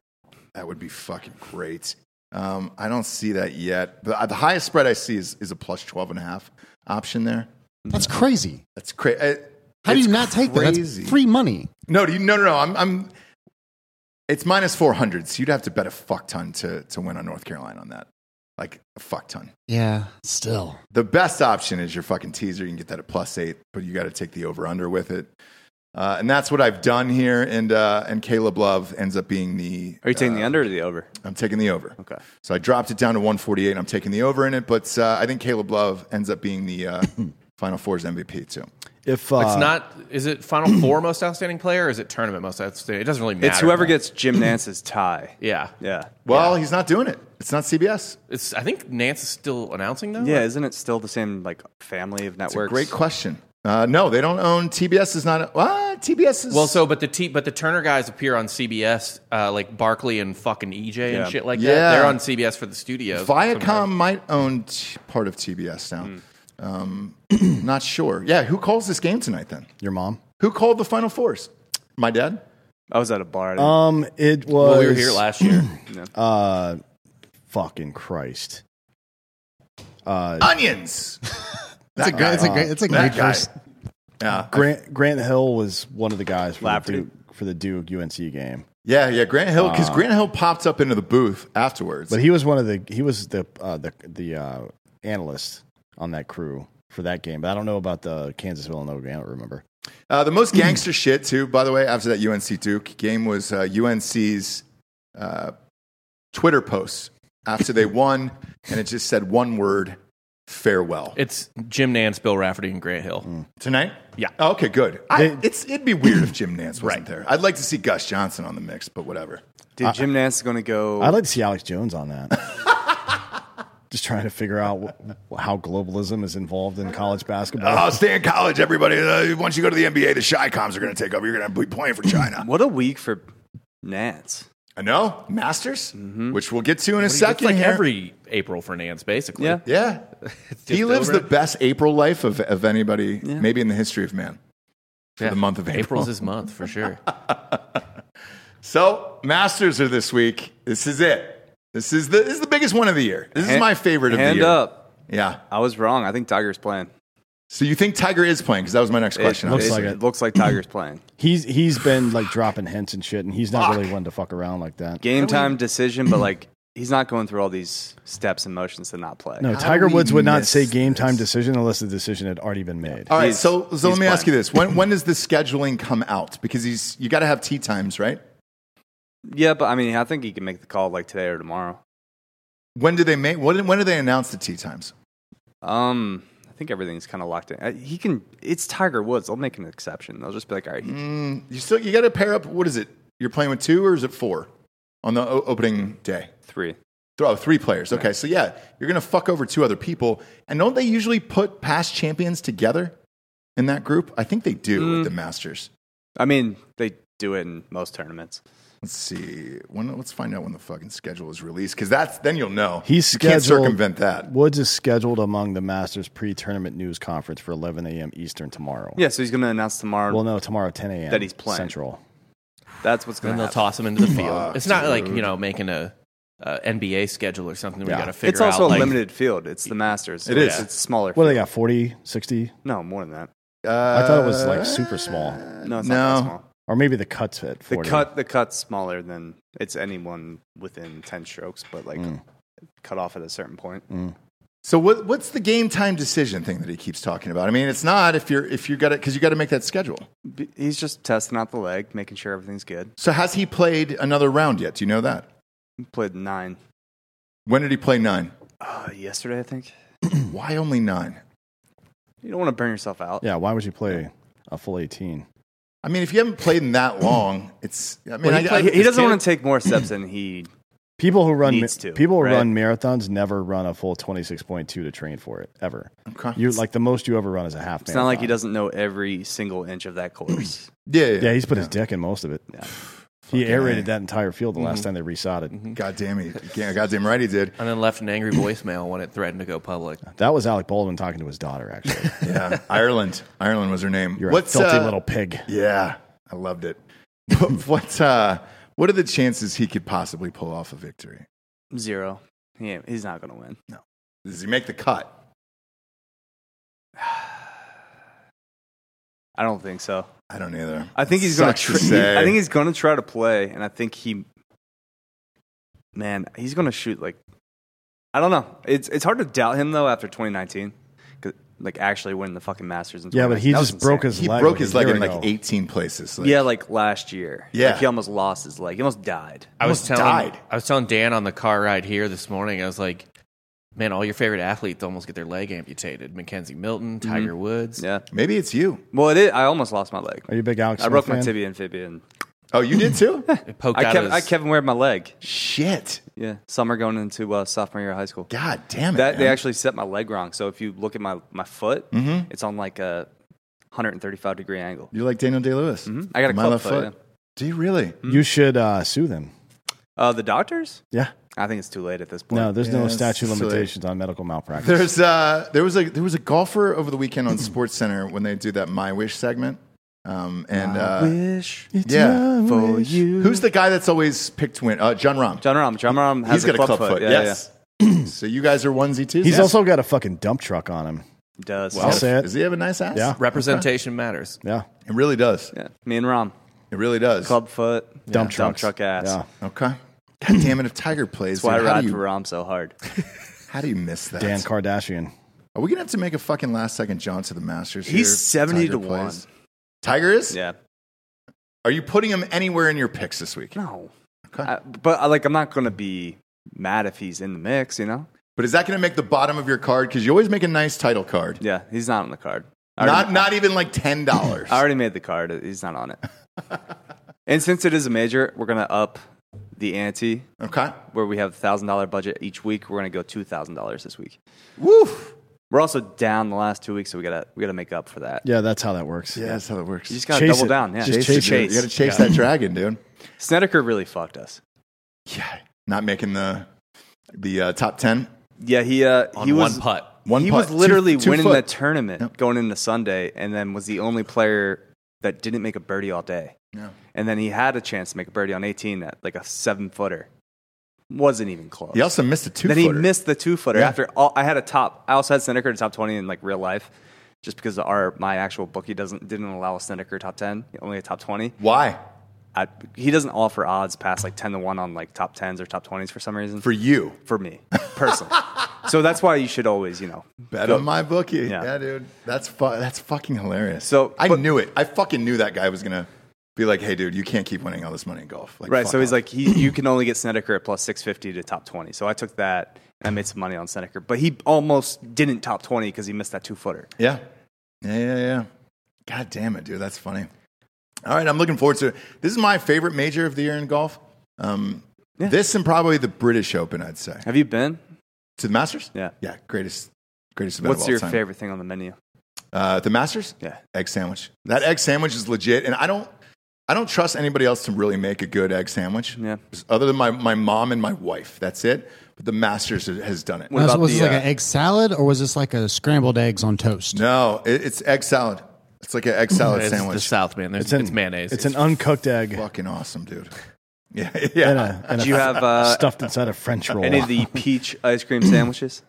Speaker 1: That would be fucking great. Um, I don't see that yet. But uh, the highest spread I see is, is a plus 12 and a half option there.
Speaker 3: Mm-hmm.
Speaker 5: That's crazy.
Speaker 1: That's crazy.
Speaker 5: How do you not take that? That's free money.
Speaker 1: No, do you, no, no, no. I'm, I'm, it's minus 400, so you'd have to bet a fuck ton to, to win on North Carolina on that. Like a fuck ton.
Speaker 5: Yeah. Still.
Speaker 1: The best option is your fucking teaser. You can get that at plus eight, but you got to take the over under with it. Uh, and that's what I've done here. And, uh, and Caleb Love ends up being the.
Speaker 3: Are you taking
Speaker 1: uh,
Speaker 3: the under or the over?
Speaker 1: I'm taking the over.
Speaker 3: Okay.
Speaker 1: So I dropped it down to 148. I'm taking the over in it, but uh, I think Caleb Love ends up being the uh, Final Four's MVP too.
Speaker 4: If uh,
Speaker 2: It's not. Is it Final Four most outstanding player? or Is it tournament most outstanding? It doesn't really matter.
Speaker 3: It's whoever gets Jim Nance's tie.
Speaker 2: Yeah.
Speaker 3: Yeah.
Speaker 1: Well, he's not doing it. It's not CBS.
Speaker 2: It's. I think Nance is still announcing though.
Speaker 3: Yeah, isn't it still the same like family of networks?
Speaker 1: Great question. Uh, no, they don't own TBS. Is not uh, TBS is
Speaker 2: Well, so but the T, but the Turner guys appear on CBS, uh, like Barkley and fucking EJ
Speaker 3: Yeah.
Speaker 2: and shit like
Speaker 1: Yeah.
Speaker 2: that. They're on CBS for the studios.
Speaker 1: Viacom might own t- part of TBS now.
Speaker 5: Hmm.
Speaker 1: Um, not sure. Yeah, who calls this game tonight then?
Speaker 4: your mom.
Speaker 1: Who called the Final Fours? My dad.
Speaker 3: I was at a bar. I didn't-
Speaker 4: Um, it was.
Speaker 2: Well, Oh, we were here last year.
Speaker 4: Uh, fucking Christ. Uh,
Speaker 1: Onions.
Speaker 5: That's a great. That's a great. That's a
Speaker 1: That
Speaker 5: great
Speaker 1: guy.
Speaker 5: first.
Speaker 1: Yeah,
Speaker 4: Grant Grant Hill was one of the guys for
Speaker 3: Lafferty.
Speaker 4: the Duke, for the Duke UNC game,
Speaker 1: yeah, yeah. Grant Hill because Grant Hill popped up into the booth afterwards.
Speaker 4: but he was one of the he was the uh, the the uh, analyst on that crew for that game. But I don't know about the Kansas Villanova game. I don't remember.
Speaker 1: Uh, the most gangster shit, too, by the way, after that UNC Duke game was uh, UNC's uh, Twitter posts after they won, and it just said one word farewell
Speaker 2: It's Jim Nance, Bill Rafferty, and Grant Hill.
Speaker 3: Mm.
Speaker 1: tonight. Oh,
Speaker 2: Yeah.
Speaker 1: Okay. Good. I,
Speaker 4: They-
Speaker 1: it's it'd be weird if Jim Nance wasn't there. I'd like to see Gus Johnson on the mix, but whatever.
Speaker 3: Dude, Jim Nance is going to go.
Speaker 4: I'd like to see Alex Jones on that. Just trying to figure out wh- how globalism is involved in college basketball.
Speaker 1: Oh, stay in college, everybody. Uh, once you go to the NBA, the shy coms are going to take over. You're going to be playing for China.
Speaker 3: what a week for Nance.
Speaker 1: I know. Masters, which we'll get to in a
Speaker 2: That's
Speaker 1: second.
Speaker 2: like
Speaker 1: here.
Speaker 2: every April for Nance, basically.
Speaker 3: Yeah.
Speaker 1: Yeah. he lives
Speaker 2: over.
Speaker 1: the best April life of, of anybody, maybe in the history of man, for
Speaker 2: Yeah.
Speaker 1: the month of April.
Speaker 2: April's his month for sure.
Speaker 1: so, Masters are this week. This is it. This is the, this is the biggest one of the year. This is my favorite of the
Speaker 3: Hand
Speaker 1: year.
Speaker 3: up.
Speaker 1: Yeah.
Speaker 3: I was wrong. I think Tiger's playing.
Speaker 1: So, you think Tiger is playing? Because that was my next question.
Speaker 4: looks
Speaker 1: obviously.
Speaker 4: like it.
Speaker 3: it looks like Tiger's playing.
Speaker 4: He's he's been like dropping hints and shit, and he's not really one to fuck around like that.
Speaker 3: Game time decision, but like he's not going through all these steps and motions to not play.
Speaker 4: No,
Speaker 1: do
Speaker 4: Tiger
Speaker 1: we
Speaker 4: Woods would not
Speaker 1: miss
Speaker 4: say game time
Speaker 1: this?
Speaker 4: decision unless the decision had already been made.
Speaker 1: All right,
Speaker 3: He's-
Speaker 1: so so let
Speaker 3: he's
Speaker 1: me ask you
Speaker 3: playing.
Speaker 1: this: when when does the scheduling come out? Because he's you got to have tea times, right?
Speaker 3: Yeah, but I mean, I think he can make the call like today or tomorrow.
Speaker 1: When do they make? When, when do they announce the tea times?
Speaker 3: Um, I think everything's kind of locked in. Uh, He can. It's Tiger Woods. They'll make an exception. They'll just be like, all right, he-
Speaker 1: Mm, You still you got to pair up. What is it? You're playing with two, or is it four on the o- opening day?
Speaker 3: three.
Speaker 1: Th- Oh, three players. Okay, so yeah, you're gonna fuck over two other people. And don't they usually put past champions together in that group? I think they do
Speaker 4: Mm.
Speaker 1: with the Masters.
Speaker 3: I mean, they do it in most tournaments.
Speaker 1: Let's see. When, let's find out when the fucking schedule is released, because that's then you'll know.
Speaker 4: He's
Speaker 1: you can't
Speaker 4: scheduled.
Speaker 1: circumvent that.
Speaker 4: Woods is scheduled among the Masters pre-tournament news conference for 11 a.m. Eastern tomorrow.
Speaker 3: Yeah, so he's going to announce tomorrow.
Speaker 4: Well, no, tomorrow 10 a.m.
Speaker 3: That he's playing.
Speaker 4: Central.
Speaker 3: That's what's going
Speaker 2: then
Speaker 3: to
Speaker 2: they'll
Speaker 3: happen.
Speaker 2: toss him into the field. It's not like you know making a uh, NBA schedule or something. We
Speaker 4: Yeah.
Speaker 2: got to figure
Speaker 3: It's also
Speaker 2: out.
Speaker 3: a
Speaker 2: like,
Speaker 3: limited field. It's the Masters.
Speaker 1: It is.
Speaker 3: It's smaller.
Speaker 4: What do
Speaker 3: field.
Speaker 4: they got? 40, 60?
Speaker 3: No, more than that.
Speaker 4: I thought it
Speaker 1: Uh,
Speaker 4: was like super small,
Speaker 3: No, it's
Speaker 1: No.
Speaker 3: not that small.
Speaker 4: or maybe the cuts at
Speaker 3: The
Speaker 4: 40.
Speaker 3: cut, the cut's smaller than it's anyone within ten strokes, but like
Speaker 2: Mm.
Speaker 3: cut off at a certain point.
Speaker 1: So what, what's the game time decision thing that he keeps talking about? I mean, it's not if you're if you got to because you got to make that schedule.
Speaker 3: B- He's just testing out the leg, making sure everything's good.
Speaker 1: So has he played another round yet? Do you know that?
Speaker 3: He played nine
Speaker 1: When did he play nine?
Speaker 3: uh, yesterday, I think.
Speaker 4: Hmm.
Speaker 1: Why only nine?
Speaker 3: You don't want to burn yourself out.
Speaker 4: Yeah, why would you play a full 18?
Speaker 1: I mean, if you haven't played in that long, it's. I mean,
Speaker 3: Well,
Speaker 1: I,
Speaker 3: he,
Speaker 1: I-
Speaker 3: play- he
Speaker 1: this
Speaker 3: doesn't
Speaker 1: kid-
Speaker 3: want to take more steps than he.
Speaker 4: People who run
Speaker 3: Needs to,
Speaker 4: people who
Speaker 3: right?
Speaker 4: run marathons never run a full 26.2 to train for it ever.
Speaker 1: Okay.
Speaker 4: You like the most you ever run is a half.
Speaker 3: It's not like he doesn't know every single inch of that course.
Speaker 1: Yeah, yeah.
Speaker 4: Yeah, he's put his dick in most of it. He aerated that entire field the
Speaker 3: Mm-hmm.
Speaker 4: last time they resod it.
Speaker 1: God damn he, yeah, goddamn right he did.
Speaker 2: and then left an angry voicemail when it threatened to go public.
Speaker 4: That was Alec Baldwin talking to his daughter. Actually,
Speaker 1: Yeah, Ireland, Ireland was her name.
Speaker 4: you're a filthy
Speaker 1: uh,
Speaker 4: little pig.
Speaker 1: Yeah, I loved it. what uh, what are the chances he could possibly pull off a victory?
Speaker 3: Zero. He ain't- he's not going to win.
Speaker 1: Does he make the cut?
Speaker 3: I don't think so.
Speaker 1: I don't either.
Speaker 3: I think he's going
Speaker 1: Sucks
Speaker 3: tr-
Speaker 1: say.
Speaker 3: I think he's going to try to play, and I think he, man, he's going to shoot like, I don't know. It's it's hard to doubt him though after 2019, 'cause, like actually winning the fucking Masters. In
Speaker 4: Yeah, but
Speaker 3: 2019.
Speaker 4: he
Speaker 3: That was
Speaker 4: just broke
Speaker 3: insane.
Speaker 4: his
Speaker 1: he
Speaker 4: leg.
Speaker 1: broke
Speaker 4: like
Speaker 1: his
Speaker 4: a
Speaker 1: leg
Speaker 4: year
Speaker 1: in like
Speaker 4: ago.
Speaker 1: 18 places. Like,
Speaker 3: yeah, like last year.
Speaker 1: Yeah.
Speaker 3: like, he almost lost his leg. He almost died.
Speaker 2: I was
Speaker 1: Almost
Speaker 2: telling
Speaker 1: died.
Speaker 2: I was telling Dan on the car ride here this morning. I was like, man, all your favorite athletes almost get their leg amputated. Mackenzie Milton, Tiger Woods.
Speaker 3: Mm-hmm. Yeah.
Speaker 1: Maybe it's you.
Speaker 3: Well, it is, I almost lost my leg.
Speaker 4: Are you a big Alex?
Speaker 3: I broke
Speaker 4: Smith
Speaker 3: my
Speaker 4: fan?
Speaker 3: tibia and fibia, and
Speaker 1: Oh, you did too?
Speaker 2: It poked
Speaker 3: I
Speaker 2: out
Speaker 3: kept
Speaker 2: his-
Speaker 3: I Kevin Ware my leg.
Speaker 1: Shit.
Speaker 3: Yeah, summer going into uh, sophomore year of high school.
Speaker 1: God damn it.
Speaker 3: That
Speaker 1: man.
Speaker 3: they
Speaker 1: Mm-hmm.
Speaker 3: actually set my leg wrong. So if you look at my my foot, it's on like a 135 degree angle.
Speaker 1: You're like Daniel Day Lewis.
Speaker 3: I got a
Speaker 1: Mm-hmm. My
Speaker 3: club
Speaker 1: left
Speaker 3: foot,
Speaker 1: foot. Do you really?
Speaker 4: You should uh, sue them.
Speaker 3: Uh, the doctors?
Speaker 4: Yeah.
Speaker 3: I think it's too late at this point.
Speaker 4: No, there's no
Speaker 1: Yeah,
Speaker 4: statute
Speaker 1: it's
Speaker 4: limitations on medical malpractice.
Speaker 1: There's uh, there was a there was a golfer over the weekend on Sports Center when they do that My Wish segment. Um, and uh,
Speaker 3: wish
Speaker 4: It's
Speaker 1: yeah.
Speaker 4: my
Speaker 3: for
Speaker 4: wish.
Speaker 3: you.
Speaker 1: who's the guy that's always picked to win? Uh, John Rahm.
Speaker 3: John Rahm? John Rahm has
Speaker 1: He's got a club, foot.
Speaker 3: Yeah,
Speaker 1: yes. so you guys are onesie twosies.
Speaker 4: He's also got a fucking dump truck on him.
Speaker 3: yeah. He does.
Speaker 4: I'll say it.
Speaker 1: Does he have a nice ass?
Speaker 4: Yeah.
Speaker 2: representation matters.
Speaker 4: Yeah.
Speaker 1: It really does.
Speaker 3: yeah. Me and Rahm,
Speaker 1: It really does.
Speaker 3: club foot,
Speaker 4: Dump
Speaker 3: yeah,
Speaker 4: trucks.
Speaker 3: truck ass.
Speaker 4: Yeah.
Speaker 1: Okay. God damn it! If Tiger plays,
Speaker 3: That's why
Speaker 1: dude,
Speaker 3: I
Speaker 1: how,
Speaker 3: ride
Speaker 1: do
Speaker 3: for uh,
Speaker 1: you,
Speaker 3: Rahm so hard.
Speaker 1: how do you miss that?
Speaker 4: Dan Kardashian.
Speaker 1: Are we gonna have to make a fucking last second jaunt to the Masters?
Speaker 3: He's
Speaker 1: here?
Speaker 3: 70
Speaker 1: Tiger
Speaker 3: to 1.
Speaker 1: Tiger is.
Speaker 3: Yeah.
Speaker 1: Are you putting him anywhere in your picks this week?
Speaker 3: No.
Speaker 1: Okay.
Speaker 3: uh, I, but I, like, I'm not gonna be mad if he's in the mix. You know,
Speaker 1: But is that going to make the bottom of your card? Because you always make a nice title card.
Speaker 3: Yeah, he's not on the card. I already-
Speaker 1: Not not even like ten dollars.
Speaker 3: I already made the card. He's not on it. and since it is a major, we're gonna up the ante.
Speaker 1: Okay.
Speaker 3: Where we have thousand dollar budget each week, we're gonna go two thousand dollars this week.
Speaker 1: Woo.
Speaker 3: We're also down the last two weeks, so we gotta we gotta make up for that.
Speaker 4: Yeah, that's how that works.
Speaker 1: Yeah, that's how it works.
Speaker 3: You just gotta
Speaker 4: Chase
Speaker 3: double
Speaker 4: it.
Speaker 3: down. Yeah,
Speaker 4: Just
Speaker 3: the
Speaker 4: chase it.
Speaker 1: You got to chase that dragon, dude.
Speaker 3: Snedeker really fucked us.
Speaker 1: Yeah. Not making the the uh, top ten.
Speaker 3: Yeah, he uh,
Speaker 2: on
Speaker 3: he
Speaker 2: one
Speaker 3: was
Speaker 2: putt.
Speaker 1: One
Speaker 3: he
Speaker 1: putt,
Speaker 3: was literally
Speaker 1: two, two
Speaker 3: winning
Speaker 1: foot.
Speaker 3: the tournament going into Sunday, and then was the only player that didn't make a birdie all day.
Speaker 1: Yeah.
Speaker 3: And then he had a chance to make a birdie on 18 at like a seven footer. Wasn't even close.
Speaker 1: He also missed a two.
Speaker 3: then he missed the two footer
Speaker 1: Yeah.
Speaker 3: after all, I had a top. I also had Snedeker in top 20 in like real life, just because our my actual bookie doesn't didn't allow a Snedeker top 10, only a top 20.
Speaker 1: Why?
Speaker 3: I, he doesn't offer odds past like 10 to 1 on like top 10s or top 20s for some reason
Speaker 1: For you.
Speaker 3: for me personally. so that's why you should always, you know,
Speaker 1: Bet
Speaker 3: go-
Speaker 1: on my bookie. Yeah,
Speaker 3: Yeah.
Speaker 1: dude. That's fu- that's fucking hilarious.
Speaker 3: So,
Speaker 1: I
Speaker 3: but-
Speaker 1: knew it. I fucking knew that guy was gonna be like, "Hey, dude, you can't keep winning all this money in golf." Like,
Speaker 3: Right.
Speaker 1: fuck
Speaker 3: So he's
Speaker 1: off.
Speaker 3: like, he, you can only get Snedeker at plus 650 to top 20. So I took that and I made some money on Snedeker, but he almost didn't top 20 because he missed that two footer.
Speaker 1: "Yeah, yeah, yeah, yeah." God damn it, dude. That's funny. All right, I'm looking forward to it. This is my favorite major of the year in golf. Um,
Speaker 3: Yeah.
Speaker 1: This and probably the British Open, I'd say.
Speaker 3: Have you been?
Speaker 1: To the Masters?
Speaker 3: Yeah.
Speaker 1: Yeah, greatest, greatest event of
Speaker 3: What's
Speaker 1: all
Speaker 3: your
Speaker 1: time.
Speaker 3: favorite thing on the menu?
Speaker 1: Uh, the Masters?
Speaker 3: Yeah.
Speaker 1: Egg sandwich. That egg sandwich is legit, and I don't, I don't trust anybody else to really make a good egg sandwich.
Speaker 3: Yeah.
Speaker 1: Other than my, my mom and my wife, that's it. But the Masters has- has done it.
Speaker 3: What
Speaker 5: was
Speaker 3: about
Speaker 5: was
Speaker 3: the,
Speaker 5: this like
Speaker 3: uh,
Speaker 5: an egg salad or was this like a scrambled eggs on toast?
Speaker 1: No, it, it's egg salad. It's like an egg salad
Speaker 2: It's the
Speaker 1: sandwich.
Speaker 2: South, man. There's, it's,
Speaker 4: an-
Speaker 2: mayonnaise.
Speaker 4: It's an uncooked egg
Speaker 1: Fucking awesome, dude. Yeah,
Speaker 4: and
Speaker 1: yeah.
Speaker 4: a, and
Speaker 3: Do
Speaker 4: a
Speaker 3: you have uh,
Speaker 4: stuffed inside a French roll.
Speaker 3: any of the peach ice cream sandwiches?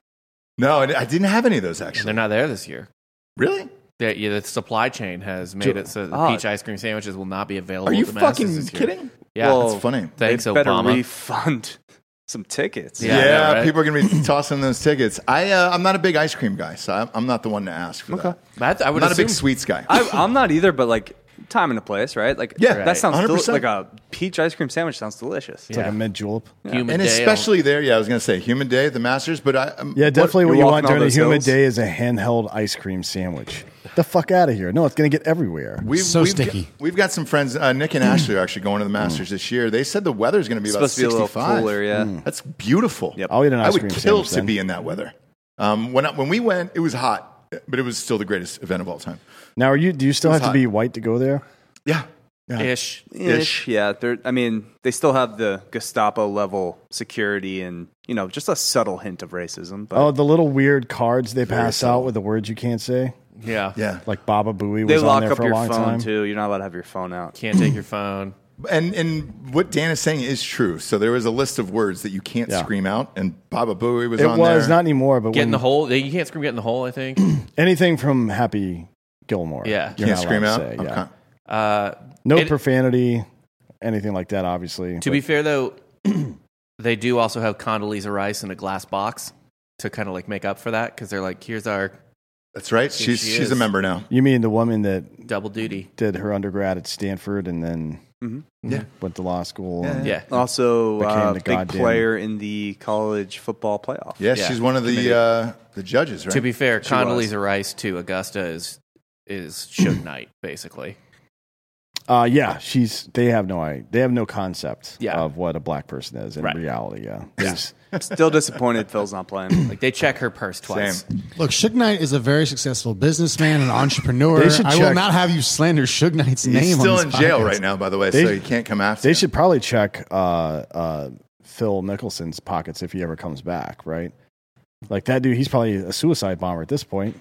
Speaker 1: No, I I didn't have any of those actually.
Speaker 2: They're not there this year.
Speaker 1: really?
Speaker 2: That yeah, the supply chain has made it so the
Speaker 3: Oh.
Speaker 2: peach ice cream sandwiches will not be available.
Speaker 1: Are you
Speaker 2: at the Masters
Speaker 1: fucking
Speaker 2: this year.
Speaker 1: kidding?
Speaker 2: Yeah,
Speaker 3: Well,
Speaker 1: That's funny.
Speaker 2: thanks,
Speaker 3: they better
Speaker 2: Obama.
Speaker 3: refund some tickets.
Speaker 2: Yeah,
Speaker 1: Yeah,
Speaker 2: I know, right?
Speaker 1: people are gonna be tossing those tickets. I uh, I'm not a big ice cream guy, so I'm, I'm not the one to ask for that.
Speaker 2: But I
Speaker 1: I'm
Speaker 2: would
Speaker 1: not a
Speaker 2: assume
Speaker 1: big sweets guy.
Speaker 3: I, I'm not either, but like time and a place, right? Like,
Speaker 1: Yeah,
Speaker 3: that sounds deli-
Speaker 1: 100%.
Speaker 3: like a peach ice cream sandwich sounds delicious.
Speaker 4: It's like a mint julep.
Speaker 2: human
Speaker 1: and
Speaker 2: day
Speaker 1: especially there, yeah, I was gonna say humid day, the Masters, but I um,
Speaker 4: Yeah, definitely. What,
Speaker 3: you're
Speaker 4: you
Speaker 3: walking
Speaker 4: want
Speaker 3: all
Speaker 4: during a
Speaker 3: those
Speaker 4: humid
Speaker 3: hills?
Speaker 4: day is a handheld ice cream sandwich. The fuck out of here! No, it's gonna get everywhere.
Speaker 1: We've,
Speaker 5: So
Speaker 1: we've
Speaker 5: sticky.
Speaker 1: Got, we've got some friends. Uh, Nick and Ashley are actually going to the Masters this year. They said the weather's going to be
Speaker 3: It's
Speaker 1: about
Speaker 3: supposed to be a little
Speaker 1: 65.
Speaker 3: cooler, yeah.
Speaker 2: Hmm.
Speaker 1: That's beautiful.
Speaker 3: Yep.
Speaker 4: I'll eat an
Speaker 1: I
Speaker 4: ice
Speaker 1: would
Speaker 4: cream
Speaker 1: kill
Speaker 4: sandwich
Speaker 1: to
Speaker 4: then.
Speaker 1: be in that weather. Um, when I, when we went, it was hot, but it was still the greatest event of all time.
Speaker 4: Now, are you? Do you still have
Speaker 1: hot.
Speaker 4: to be white to go there?
Speaker 1: Yeah, yeah.
Speaker 2: ish.
Speaker 3: ish. Yeah, they're. I mean, they still have the Gestapo level security and you know just a subtle hint of racism. But
Speaker 4: Oh, the little weird cards they pass out with the words you can't say,
Speaker 2: Yeah.
Speaker 1: Yeah.
Speaker 4: like Baba Booey was
Speaker 3: they
Speaker 4: on
Speaker 3: lock
Speaker 4: there
Speaker 3: up
Speaker 4: for a
Speaker 3: your
Speaker 4: long
Speaker 3: phone
Speaker 4: time.
Speaker 3: too. You're not allowed to have your phone out.
Speaker 2: Can't take your phone.
Speaker 1: And and what Dan is saying is true. So there was a list of words that you can't
Speaker 4: Yeah.
Speaker 1: scream out, and Baba Booey was
Speaker 4: It
Speaker 1: on
Speaker 4: was
Speaker 1: there.
Speaker 4: not anymore, but
Speaker 2: Get in
Speaker 4: when,
Speaker 2: the hole. You can't scream get in the hole, I think.
Speaker 4: anything from Happy Gilmore,
Speaker 2: Yeah.
Speaker 4: you're
Speaker 1: can't
Speaker 4: not
Speaker 1: scream
Speaker 4: allowed
Speaker 1: out.
Speaker 4: to say, yeah.
Speaker 1: Okay.
Speaker 2: Uh,
Speaker 4: no
Speaker 2: It-
Speaker 4: profanity, anything like that. Obviously,
Speaker 2: to be fair, though, they do also have Condoleezza Rice in a glass box to kind of like make up for that because they're like, here's our
Speaker 1: That's right. She's
Speaker 2: she
Speaker 1: she's a
Speaker 2: is.
Speaker 1: member now.
Speaker 4: you mean the woman that
Speaker 2: double duty.
Speaker 4: did her undergrad at Stanford and then
Speaker 2: Mm-hmm.
Speaker 1: Yeah.
Speaker 4: went to law school? and-
Speaker 2: Yeah.
Speaker 3: Also,
Speaker 4: Became
Speaker 3: uh,
Speaker 4: the
Speaker 3: big
Speaker 4: goddamn-
Speaker 3: player in the college football playoff.
Speaker 1: Yeah,
Speaker 2: Yeah.
Speaker 1: she's one of the uh, the judges, right?
Speaker 2: To be fair,
Speaker 3: She
Speaker 2: Condoleezza
Speaker 3: was.
Speaker 2: Rice to Augusta is is Suge Knight basically.
Speaker 4: Uh, yeah, she's. They have no. i- They have no concept
Speaker 2: Yeah.
Speaker 4: of what a black person is in
Speaker 2: Right.
Speaker 4: reality. Yeah, There's-
Speaker 3: I'm still disappointed Phil's not playing. Like,
Speaker 2: Like they check her purse twice.
Speaker 1: Same.
Speaker 5: Look, Suge Knight is a very successful businessman and entrepreneur.
Speaker 4: They should
Speaker 5: I
Speaker 4: check-
Speaker 5: will not have you slander Suge Knight's name.
Speaker 1: He's
Speaker 5: on
Speaker 1: still
Speaker 5: this
Speaker 1: in jail
Speaker 5: podcast.
Speaker 1: right now, by the way, so
Speaker 4: They-
Speaker 1: he can't come after.
Speaker 4: they
Speaker 1: him.
Speaker 4: should probably check uh, uh, Phil Mickelson's pockets if he ever comes back. Right, like that dude. He's probably a suicide bomber at this point.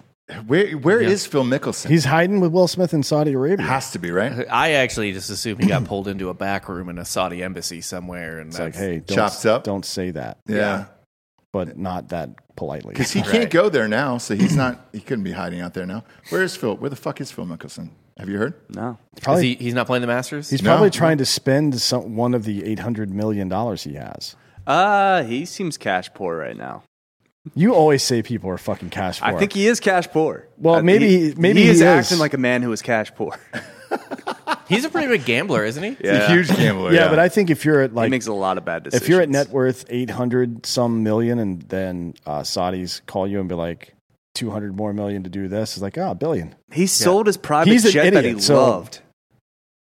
Speaker 1: Where where is Phil Mickelson?
Speaker 4: He's hiding with Will Smith in Saudi Arabia.
Speaker 1: has to be right.
Speaker 2: I actually just assume he got pulled into a back room in a Saudi embassy somewhere, and
Speaker 4: it's like,
Speaker 2: that's-
Speaker 4: hey, don't,
Speaker 1: Chopped up.
Speaker 4: Don't say that,
Speaker 1: Yeah,
Speaker 4: but not that politely.
Speaker 1: because he can't go there now, so he's not. He couldn't be hiding out there now. Where is Phil? Where the fuck is Phil Mickelson? Have you heard?
Speaker 3: no,
Speaker 2: is
Speaker 4: probably
Speaker 2: he, he's not playing the Masters.
Speaker 4: he's
Speaker 1: No.
Speaker 4: probably trying to spend some, one of the eight hundred million dollars he has.
Speaker 3: uh, he seems cash poor right now.
Speaker 4: You always say people are fucking cash poor.
Speaker 3: I think he is cash poor.
Speaker 4: Well,
Speaker 3: Uh,
Speaker 4: maybe-
Speaker 3: he,
Speaker 4: maybe
Speaker 3: he
Speaker 4: he
Speaker 3: is
Speaker 4: is.
Speaker 3: acting like a man who is cash poor.
Speaker 2: He's a pretty big gambler, isn't he?
Speaker 1: He's a huge gambler.
Speaker 4: yeah, but I think if you're at
Speaker 3: he
Speaker 4: like
Speaker 3: makes a lot of bad decisions.
Speaker 4: if you're at net worth 800 some million and then uh, Saudis call you and be like 200 more million to do this, it's like, ah, a billion.
Speaker 3: he sold his private
Speaker 4: He's an
Speaker 3: jet that he
Speaker 4: idiot, so-
Speaker 3: loved.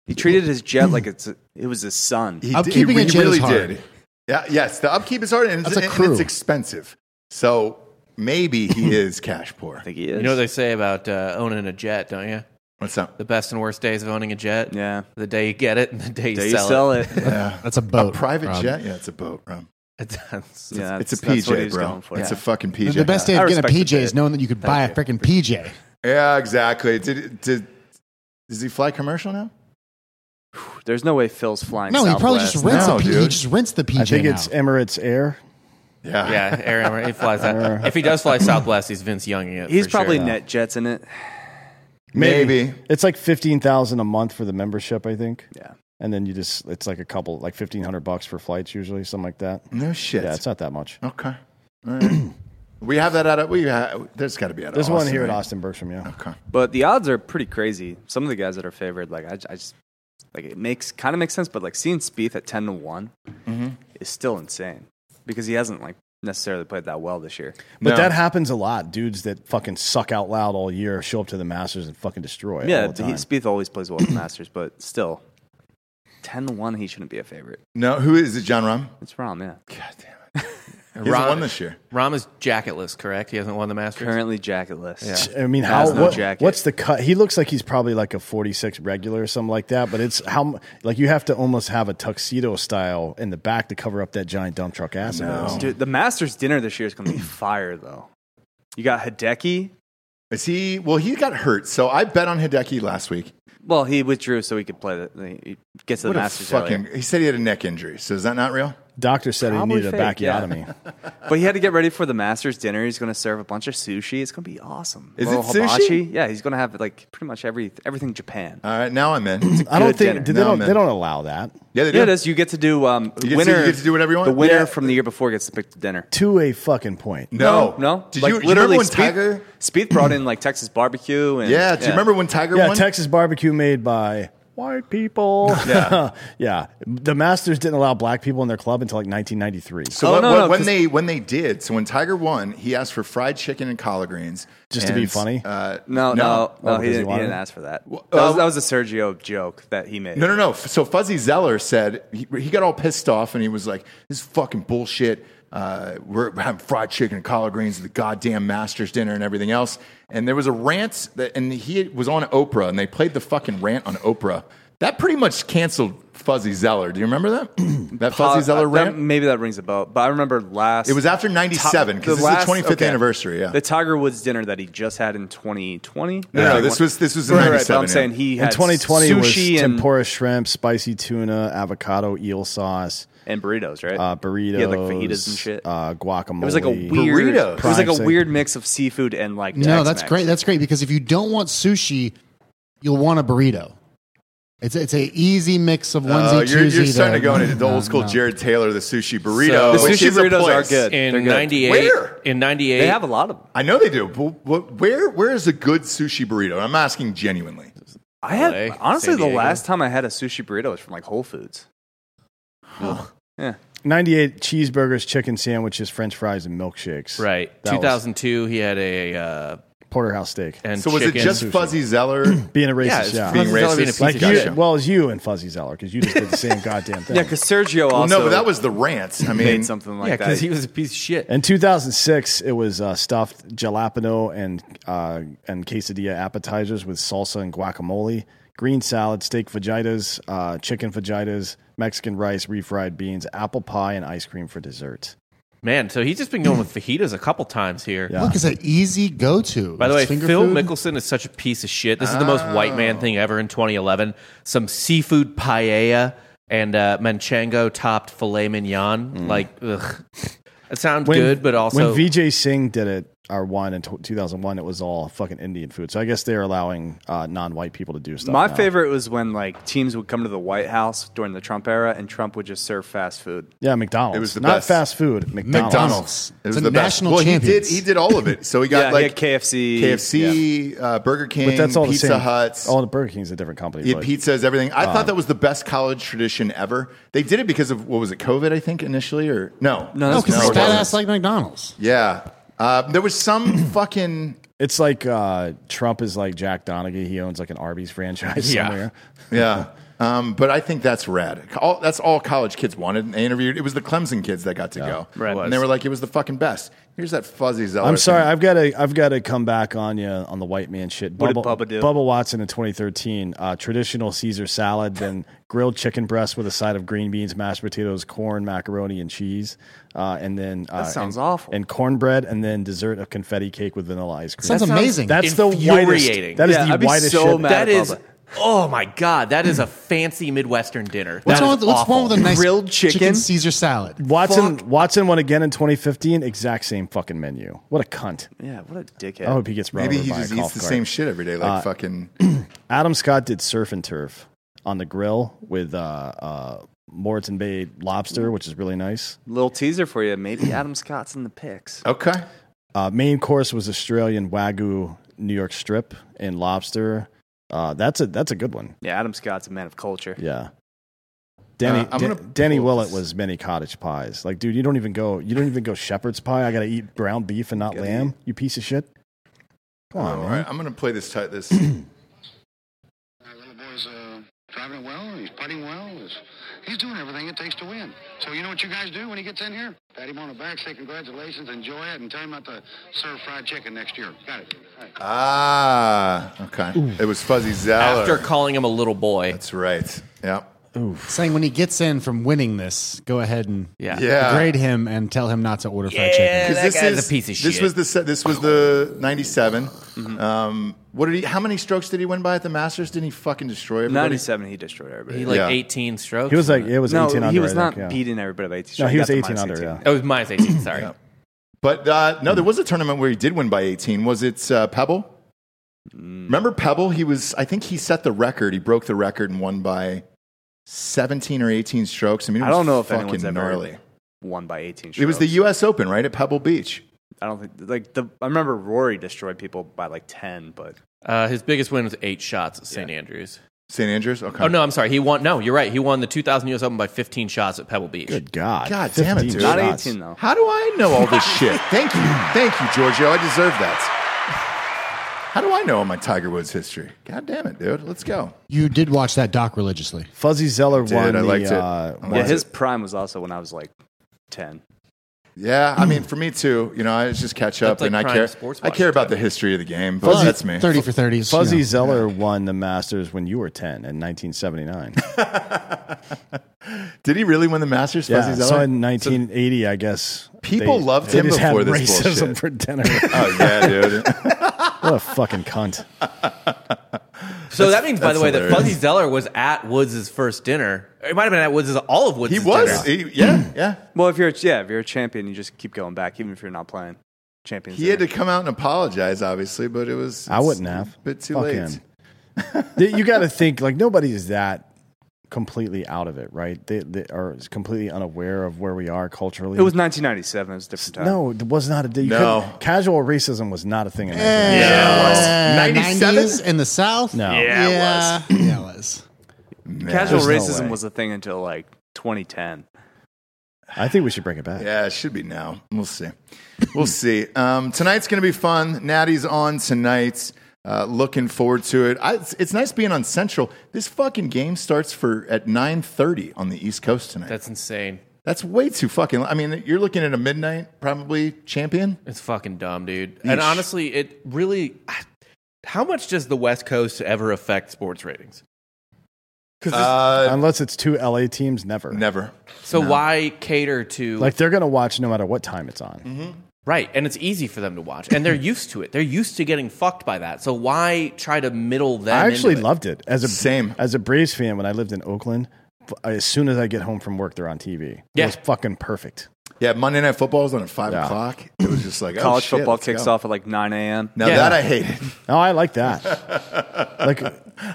Speaker 3: He treated his jet like it's a, it was his son.
Speaker 1: He, did-
Speaker 5: Upkeeping a jet is hard.
Speaker 1: Yeah, yes, the upkeep is hard and it's,
Speaker 5: That's a
Speaker 1: and
Speaker 5: crew.
Speaker 1: it's expensive. So maybe he is cash poor.
Speaker 3: I think he is.
Speaker 2: You know what they say about uh, owning a jet, don't you?
Speaker 1: What's up?
Speaker 2: The best and worst days of owning a jet.
Speaker 3: yeah.
Speaker 2: The day you get it and the day you,
Speaker 3: Do you
Speaker 2: sell,
Speaker 3: sell it?
Speaker 1: Yeah.
Speaker 5: That's a boat.
Speaker 1: a private
Speaker 5: Rob.
Speaker 1: jet? Yeah, it's a boat, Rob.
Speaker 2: it. That's-
Speaker 3: yeah,
Speaker 1: It's a
Speaker 3: that's- that's what he
Speaker 1: PJ,
Speaker 3: was
Speaker 1: bro.
Speaker 3: going for.
Speaker 1: It's
Speaker 3: Yeah.
Speaker 1: a fucking PJ.
Speaker 5: The, the best day
Speaker 3: I
Speaker 5: of getting a
Speaker 3: respect the
Speaker 5: PJ is
Speaker 3: kid.
Speaker 5: knowing that you could buy a freaking PJ.
Speaker 1: Yeah, exactly. Did, did, does he fly commercial now?
Speaker 3: There's no way Phil's flying.
Speaker 5: No, he probably just
Speaker 3: Southwest.
Speaker 5: rents
Speaker 1: No,
Speaker 5: a P- he
Speaker 1: dude.
Speaker 5: just rents the PJ.
Speaker 4: I think
Speaker 5: now.
Speaker 4: it's Emirates Air.
Speaker 1: Yeah.
Speaker 2: yeah, Air Emir- he flies that. if he does fly Southwest, he's Vince Younging it.
Speaker 3: He's
Speaker 2: for
Speaker 3: probably
Speaker 2: sure.
Speaker 3: net jets in it.
Speaker 1: Maybe.
Speaker 4: It's like 15,000 a month for the membership, I think.
Speaker 3: Yeah.
Speaker 4: And then you just, it's like a couple, like 1,500 bucks for flights usually, something like that.
Speaker 1: No shit.
Speaker 4: Yeah, it's not that much.
Speaker 1: okay. All right. we have that out of, we have, there's got to be out of
Speaker 4: There's one here at
Speaker 1: right?
Speaker 4: Austin Bergstrom, yeah.
Speaker 1: Okay.
Speaker 3: But the odds are pretty crazy. Some of the guys that are favored, like I, j- I just like it makes kind of makes sense. But like seeing Spieth at ten to one is still insane because he hasn't like necessarily played that well this year.
Speaker 4: But
Speaker 1: No.
Speaker 4: that happens a lot. Dudes that fucking suck out loud all year show up to the Masters and fucking destroy. it
Speaker 3: yeah,
Speaker 4: all the
Speaker 3: he,
Speaker 4: time.
Speaker 3: Spieth always plays well at the Masters, but still, ten to one, he shouldn't be a favorite.
Speaker 1: No, who is it? John Rahm?
Speaker 3: It's wrong, yeah.
Speaker 1: God damn it. He
Speaker 2: Rahm-
Speaker 1: won this year.
Speaker 2: Rom Uh, is jacketless, correct? He hasn't won the Masters.
Speaker 3: Currently jacketless.
Speaker 4: I mean,
Speaker 3: Has
Speaker 4: how?
Speaker 3: no
Speaker 4: what-
Speaker 3: jacket.
Speaker 4: what's the cut? He looks like he's probably like a forty-six regular or something like that. But it's how mu- like you have to almost have a tuxedo style in the back to cover up that giant dump truck ass. of his.
Speaker 3: Dude, the Masters dinner this year is going to be fire though. You got Hideki.
Speaker 1: Is he? Well, he got hurt, so I bet on Hideki last week.
Speaker 3: Well, he withdrew so he could play the. He gets to the
Speaker 1: What a
Speaker 3: Masters
Speaker 1: fucking!
Speaker 3: earlier.
Speaker 1: He said he had a neck injury, so is that not real?
Speaker 4: Doctor said he
Speaker 3: Probably
Speaker 4: needed a
Speaker 3: fake, yeah.
Speaker 4: bacchiotomy.
Speaker 1: uh,
Speaker 3: But he had to get ready for the Masters dinner. He's going to serve a bunch of sushi. It's going to be awesome.
Speaker 1: Is
Speaker 3: Little
Speaker 1: it sushi?
Speaker 3: Yeah, he's going to have like pretty much every everything Japan.
Speaker 1: All right, now I'm in.
Speaker 4: I don't
Speaker 3: Good dinner.
Speaker 4: think did they,
Speaker 1: No,
Speaker 4: don't,
Speaker 1: man.
Speaker 4: they don't allow that
Speaker 1: Yeah, they do.
Speaker 3: yeah, it is. You get to do um,
Speaker 1: get to-
Speaker 3: winner.
Speaker 1: you get to do whatever you want?
Speaker 3: The winner
Speaker 1: Yeah.
Speaker 3: from the year before gets to pick the dinner.
Speaker 4: to a fucking point.
Speaker 1: No,
Speaker 3: no.
Speaker 1: Did
Speaker 3: Like,
Speaker 1: you, do you remember when
Speaker 3: Spieth-
Speaker 1: Tiger?
Speaker 3: Spieth brought in like Texas barbecue and
Speaker 1: Yeah. Do you remember when Tiger
Speaker 4: Yeah,
Speaker 1: won?
Speaker 4: Texas barbecue made by white people.
Speaker 1: Yeah.
Speaker 4: yeah. The Masters didn't allow black people in their club until like 1993.
Speaker 1: So
Speaker 3: Oh,
Speaker 1: what,
Speaker 3: no,
Speaker 1: what-
Speaker 3: no,
Speaker 1: when
Speaker 3: 'cause-
Speaker 1: they when they did, so when Tiger won, he asked for fried chicken and collard greens,
Speaker 4: Just to be
Speaker 1: and,
Speaker 4: funny?
Speaker 1: Uh,
Speaker 3: No, no, no.
Speaker 4: Oh, because
Speaker 3: he,
Speaker 4: he
Speaker 3: didn't, he
Speaker 4: wanted
Speaker 3: didn't
Speaker 4: it?
Speaker 3: ask for that.
Speaker 1: Well,
Speaker 3: that, was,
Speaker 1: uh,
Speaker 3: that was a Sergio joke that he made.
Speaker 1: no, no, no. F- So Fuzzy Zeller said he, he got all pissed off and he was like, "This is fucking bullshit. Uh, we're having fried chicken and collard greens at the goddamn Masters dinner and everything else." And there was a rant that, and he was on Oprah, and they played the fucking rant on Oprah. That pretty much canceled Fuzzy Zeller. Do you remember that? that Fuzzy
Speaker 3: Uh,
Speaker 1: Zeller
Speaker 3: uh, that-
Speaker 1: rant.
Speaker 3: maybe that rings a bell, but I remember last.
Speaker 1: It was after '97 because this is the
Speaker 3: last-
Speaker 1: 25th
Speaker 3: okay.
Speaker 1: anniversary. Yeah.
Speaker 3: The Tiger Woods dinner that he just had in 2020.
Speaker 1: No, no, this was- this was in
Speaker 3: Right, right,
Speaker 1: 97,
Speaker 3: but I'm
Speaker 1: yeah.
Speaker 3: saying he had
Speaker 4: And 2020 was
Speaker 3: sushi and,
Speaker 4: tempura shrimp, spicy tuna, avocado, eel sauce,
Speaker 3: and burritos, right?
Speaker 4: uh, burritos,
Speaker 3: He had like fajitas and shit.
Speaker 4: uh, guacamole.
Speaker 3: it was like a weird.
Speaker 1: Burritos.
Speaker 3: It was like a
Speaker 4: Prime
Speaker 3: weird mix of seafood and like.
Speaker 5: No, that's
Speaker 3: Tex-Mex.
Speaker 5: great. That's great because if you don't want sushi, you'll want a burrito. It's it's a easy mix of onesie
Speaker 1: Oh, you're,
Speaker 5: twosie.
Speaker 1: you're starting to
Speaker 5: there.
Speaker 1: go into the
Speaker 5: No,
Speaker 1: old school
Speaker 5: no.
Speaker 1: Jared Taylor, the sushi burrito.
Speaker 2: So- The
Speaker 1: which
Speaker 3: sushi
Speaker 1: is a
Speaker 3: burritos are
Speaker 1: place.
Speaker 3: good. They're
Speaker 2: In
Speaker 3: good.
Speaker 2: '98,
Speaker 1: Where?
Speaker 2: in '98,
Speaker 3: They have a lot of.
Speaker 1: I know they do. But what, where where is a good sushi burrito? I'm asking genuinely.
Speaker 3: I had
Speaker 2: LA,
Speaker 3: honestly
Speaker 2: San
Speaker 3: the
Speaker 2: Diego.
Speaker 3: last time I had a sushi burrito was from like Whole Foods. Yeah.
Speaker 4: 98 cheeseburgers, chicken sandwiches, French fries, and milkshakes.
Speaker 2: right?
Speaker 4: That was
Speaker 2: 2002, he had a uh,
Speaker 4: porterhouse steak.
Speaker 2: and
Speaker 1: So was
Speaker 2: chicken.
Speaker 1: it just
Speaker 4: Sushi.
Speaker 1: Fuzzy Zeller?
Speaker 4: Being a racist,
Speaker 2: it's
Speaker 4: yeah.
Speaker 1: being
Speaker 2: Fuzzy Zeller being a
Speaker 1: racist.
Speaker 2: piece
Speaker 4: like
Speaker 2: of
Speaker 4: you,
Speaker 2: shit.
Speaker 4: well as you and Fuzzy Zeller, because you just did the same goddamn thing.
Speaker 3: Yeah, because Sergio also.
Speaker 1: well, no, but that was the rants. I mean,
Speaker 3: made something like
Speaker 2: yeah,
Speaker 3: that.
Speaker 2: because he was a piece of shit.
Speaker 4: In 2006, it was uh, stuffed jalapeno and uh, and quesadilla appetizers with salsa and guacamole, green salad, steak fajitas, uh, chicken fajitas, Mexican rice, refried beans, apple pie, and ice cream for dessert.
Speaker 2: Man, so he's just been going with fajitas a couple times here.
Speaker 4: Yeah.
Speaker 5: Look, it's an easy go to.
Speaker 2: By the way, Phil Mickelson is such a piece of shit. This is the most white man thing ever in 2011. Some seafood paella and uh, manchego topped filet mignon. Like, ugh. It sounds good, but also
Speaker 4: when VJ Singh did it, or one in t- 2001, it was all fucking Indian food. So I guess they're allowing uh, non-white people to do stuff.
Speaker 3: My
Speaker 4: now.
Speaker 3: favorite was when like teams would come to the White House during the Trump era, and Trump would just serve fast food.
Speaker 4: yeah, McDonald's.
Speaker 1: It was the
Speaker 4: not
Speaker 1: best.
Speaker 4: fast food. McDonald's.
Speaker 5: McDonald's.
Speaker 1: It was
Speaker 5: It's a
Speaker 1: the best.
Speaker 5: national
Speaker 1: Well,
Speaker 5: champions.
Speaker 1: he did. He did all of it. So he got
Speaker 3: Yeah, he
Speaker 1: like
Speaker 3: had KFC.
Speaker 1: KFC, uh, Burger King,
Speaker 4: But that's all
Speaker 1: Pizza
Speaker 4: the same.
Speaker 1: Huts.
Speaker 4: All the Uh-huh. Burger King's a different company.
Speaker 1: He had
Speaker 4: but
Speaker 1: pizzas, everything. I thought that was the best college tradition ever. They did it because of what was it, COVID? I think initially, or no,
Speaker 3: No,
Speaker 5: No,
Speaker 3: that's
Speaker 5: because
Speaker 3: no,
Speaker 5: it's
Speaker 3: it wasn't.
Speaker 5: badass like McDonald's.
Speaker 1: yeah. Uh, there was some fucking
Speaker 4: It's like uh, Trump is like Jack Donaghy. He owns like an Arby's franchise
Speaker 2: Yeah.
Speaker 4: somewhere.
Speaker 1: yeah. Um, but I think that's rad. All, that's all college kids wanted. And they interviewed. It was the Clemson kids that got to go,
Speaker 3: right.
Speaker 1: And they were like, "It was the fucking best." Here's that fuzzy Zeller.
Speaker 4: I'm sorry.
Speaker 1: thing.
Speaker 4: I've got to. I've got to come back on you on the white man shit.
Speaker 3: What did Bubba do?
Speaker 4: Bubba Watson in 2013. Uh, traditional Caesar salad, then grilled chicken breast with a side of green beans, mashed potatoes, corn, macaroni, and cheese, uh, and then uh,
Speaker 3: That sounds
Speaker 4: and,
Speaker 3: awful.
Speaker 4: And cornbread, and then dessert of confetti cake with vanilla ice cream.
Speaker 5: Sounds amazing.
Speaker 4: That's the
Speaker 2: infuriating.
Speaker 4: widest. That is
Speaker 3: Yeah,
Speaker 4: the
Speaker 3: I'd be
Speaker 4: widest
Speaker 3: so
Speaker 4: shit.
Speaker 3: mad.
Speaker 2: That
Speaker 3: at
Speaker 2: is.
Speaker 3: Bubba.
Speaker 2: Oh my god, that is a fancy Midwestern dinner.
Speaker 5: What's
Speaker 2: That
Speaker 5: wrong,
Speaker 2: is
Speaker 5: with, what's wrong
Speaker 2: awful.
Speaker 5: with a nice
Speaker 3: Grilled chicken?
Speaker 5: Caesar salad?
Speaker 4: Watson Watson won again in 2015. Exact same fucking menu. What a cunt.
Speaker 3: Yeah, what a dickhead.
Speaker 4: I hope Oh, he gets run
Speaker 1: maybe
Speaker 4: over
Speaker 1: he
Speaker 4: by
Speaker 1: just
Speaker 4: a
Speaker 1: eats
Speaker 4: golf
Speaker 1: the
Speaker 4: cart. Uh,
Speaker 1: same shit every day, like fucking
Speaker 4: Adam Scott did surf and turf on the grill with uh, uh, Moreton Bay lobster, which is really nice.
Speaker 3: Little teaser for you. Maybe Adam Scott's in the picks.
Speaker 1: okay.
Speaker 4: Uh, main course was Australian Wagyu New York strip and lobster. Uh, that's a that's a good one.
Speaker 3: Yeah, Adam Scott's a man of culture.
Speaker 4: Yeah. Danny
Speaker 1: Uh, I'm gonna
Speaker 4: Da- Danny
Speaker 1: pull up
Speaker 4: Willett
Speaker 1: this-
Speaker 4: was many cottage pies. Like, dude, you don't even go you don't even go shepherd's pie. I gotta eat ground beef and not
Speaker 3: Gotta
Speaker 4: lamb. You piece of shit. Come on,
Speaker 1: All
Speaker 4: man.
Speaker 1: right, I'm gonna play this. T- this.
Speaker 6: Our little boy's uh, driving well. He's putting well. He's, he's doing everything it takes to win. So you know what you guys do when he gets in here? Pat him on the back, say congratulations, enjoy it, and tell him about the serve fried chicken next year. Got it.
Speaker 1: ah, okay. It was fuzzy Zeller.
Speaker 2: After calling him a little boy,
Speaker 1: That's right. Yep.
Speaker 5: Saying when he gets in from winning this, go ahead and
Speaker 2: yeah,
Speaker 1: Yeah.
Speaker 5: grade him and tell him not to order
Speaker 2: Yeah,
Speaker 5: fried chicken.
Speaker 2: that guy's a piece of
Speaker 1: this
Speaker 2: shit. Mm-hmm.
Speaker 1: was the se- this was the '97. Um, what did he? How many strokes did he win by at the Masters? Didn't he fucking destroy everybody?
Speaker 3: 97, he destroyed everybody.
Speaker 2: he like
Speaker 1: Yeah.
Speaker 2: 18 strokes.
Speaker 4: He was like it was
Speaker 3: no,
Speaker 4: eighteen under.
Speaker 3: he was
Speaker 4: I
Speaker 3: not
Speaker 4: think, yeah.
Speaker 3: beating everybody by 18.
Speaker 4: No,
Speaker 3: Sure,
Speaker 4: he was
Speaker 3: got the
Speaker 4: 18
Speaker 3: minus
Speaker 4: under.
Speaker 3: 18.
Speaker 4: Yeah.
Speaker 2: it was Oh, minus 18. Sorry,
Speaker 1: But uh, no, there was a tournament where he did win by 18. Was it uh, Pebble?
Speaker 3: Mm.
Speaker 1: Remember Pebble? He was. I think he set the record. He broke the record and won by 17 or 18 strokes. I mean, it
Speaker 3: I
Speaker 1: was
Speaker 3: don't know if
Speaker 1: fucking
Speaker 3: anyone's ever
Speaker 1: gnarly.
Speaker 3: won by 18. Strokes.
Speaker 1: It was the U.S. Open, right at Pebble Beach.
Speaker 3: I don't think like the. I remember Rory destroyed people by like 10, but
Speaker 2: uh, his biggest win was eight shots at St Andrews.
Speaker 1: St. Andrews. Okay.
Speaker 2: Oh no, I'm sorry. He won. No, you're right. He won the 2000 U.S. Open by 15 shots at Pebble Beach.
Speaker 4: Good God.
Speaker 1: God damn it,
Speaker 4: 15
Speaker 1: dude.
Speaker 3: not
Speaker 4: shots.
Speaker 3: 18 though.
Speaker 1: How do I know all this shit? Thank you. Thank you, Giorgio. I deserve that. How do I know all my Tiger Woods history? God damn it, dude. Let's go.
Speaker 5: You did watch that doc religiously.
Speaker 4: Fuzzy Zeller
Speaker 1: Dude,
Speaker 4: won
Speaker 1: I
Speaker 4: the.
Speaker 1: liked it.
Speaker 4: Uh,
Speaker 1: I
Speaker 4: won-
Speaker 3: Yeah,
Speaker 1: liked
Speaker 3: his prime was also when I was like 10.
Speaker 1: Yeah, I mean, for me too. You know, I just catch up,
Speaker 2: That's like
Speaker 1: and I
Speaker 2: prime
Speaker 1: care.
Speaker 2: sports
Speaker 1: I care
Speaker 2: watching
Speaker 1: about the history of the game, but that's me.
Speaker 5: Thirty for thirties.
Speaker 4: Fuzzy
Speaker 5: You know.
Speaker 4: Zeller won the Masters when you were ten in 1979.
Speaker 1: Did he really win the Masters?
Speaker 4: yeah,
Speaker 1: Fuzzy
Speaker 4: so
Speaker 1: Zeller?
Speaker 4: in 1980, I guess
Speaker 1: People
Speaker 4: they-
Speaker 1: loved
Speaker 4: they
Speaker 1: him
Speaker 4: just
Speaker 1: before
Speaker 4: had
Speaker 1: this
Speaker 4: racism
Speaker 1: bullshit.
Speaker 4: for dinner.
Speaker 1: oh yeah, dude.
Speaker 4: what a fucking cunt!
Speaker 2: So that means, by
Speaker 1: that's
Speaker 2: the way, that
Speaker 1: hilarious.
Speaker 2: Fuzzy Zeller was at Woods' first dinner. It might have been at Woods' all of Woods'
Speaker 1: he was.
Speaker 2: dinner.
Speaker 1: He,
Speaker 4: Hmm.
Speaker 1: yeah, yeah.
Speaker 3: Well, if you're a, yeah, if you're a champion, you just keep going back, even if you're not playing champions.
Speaker 1: He had to
Speaker 3: Dinner.
Speaker 1: come out and apologize, obviously, but it was.
Speaker 4: I wouldn't have.
Speaker 1: A bit too
Speaker 4: Fuck
Speaker 1: late.
Speaker 4: him. Th- you got to think like nobody's that completely out of it, right? They, they are completely unaware of where we are culturally.
Speaker 3: It was 1997. It was a different time.
Speaker 4: no, it was not a day. you
Speaker 1: No. Eh.
Speaker 4: couldn't- casual racism was not a thing. In
Speaker 5: Yeah,
Speaker 4: 1980.
Speaker 5: it was.
Speaker 1: 97?
Speaker 5: 90s in the South?
Speaker 4: No.
Speaker 3: Yeah, it
Speaker 5: Yeah, yeah, it was.
Speaker 3: Casual
Speaker 4: There's no
Speaker 3: racism
Speaker 4: way.
Speaker 3: was a thing until like 2010.
Speaker 1: Oh,
Speaker 4: I think we should bring it back.
Speaker 1: Yeah, it should be now. We'll see. We'll
Speaker 4: Hmm.
Speaker 1: see. Um, tonight's going to be fun. Natty's on tonight. Uh, looking forward to it. I, it's, it's nice being on Central. This fucking game starts for at nine thirty on the East Coast tonight.
Speaker 2: That's insane.
Speaker 1: That's way too fucking. I mean, you're looking at a midnight probably champion.
Speaker 2: It's fucking dumb, dude.
Speaker 1: Yeesh.
Speaker 2: And honestly, it really. How much does the West Coast ever affect sports ratings?
Speaker 1: Uh,
Speaker 4: Unless it's two LA teams, never.
Speaker 1: never.
Speaker 2: So why cater to
Speaker 4: Like they're gonna watch no matter what time it's
Speaker 1: Mm-hmm.
Speaker 4: on.
Speaker 2: right? And it's easy for them to watch, and they're used to it. They're used to getting fucked by that. So why try to middle them?
Speaker 4: I actually
Speaker 2: into it?
Speaker 4: loved it as a
Speaker 1: Same.
Speaker 4: as a Braves fan when I lived in Oakland. f- As soon as I get home from work, they're on TV. It
Speaker 2: Yeah.
Speaker 4: was fucking perfect.
Speaker 1: Yeah, Monday Night Football was on at five
Speaker 4: Yeah.
Speaker 1: o'clock. It was just like oh,
Speaker 3: College
Speaker 1: shit,
Speaker 3: football
Speaker 1: let's
Speaker 3: kicks
Speaker 1: go.
Speaker 3: off at like 9 a.m.
Speaker 1: Now
Speaker 2: Yeah.
Speaker 1: that I hated,
Speaker 4: No, Oh, I like that. like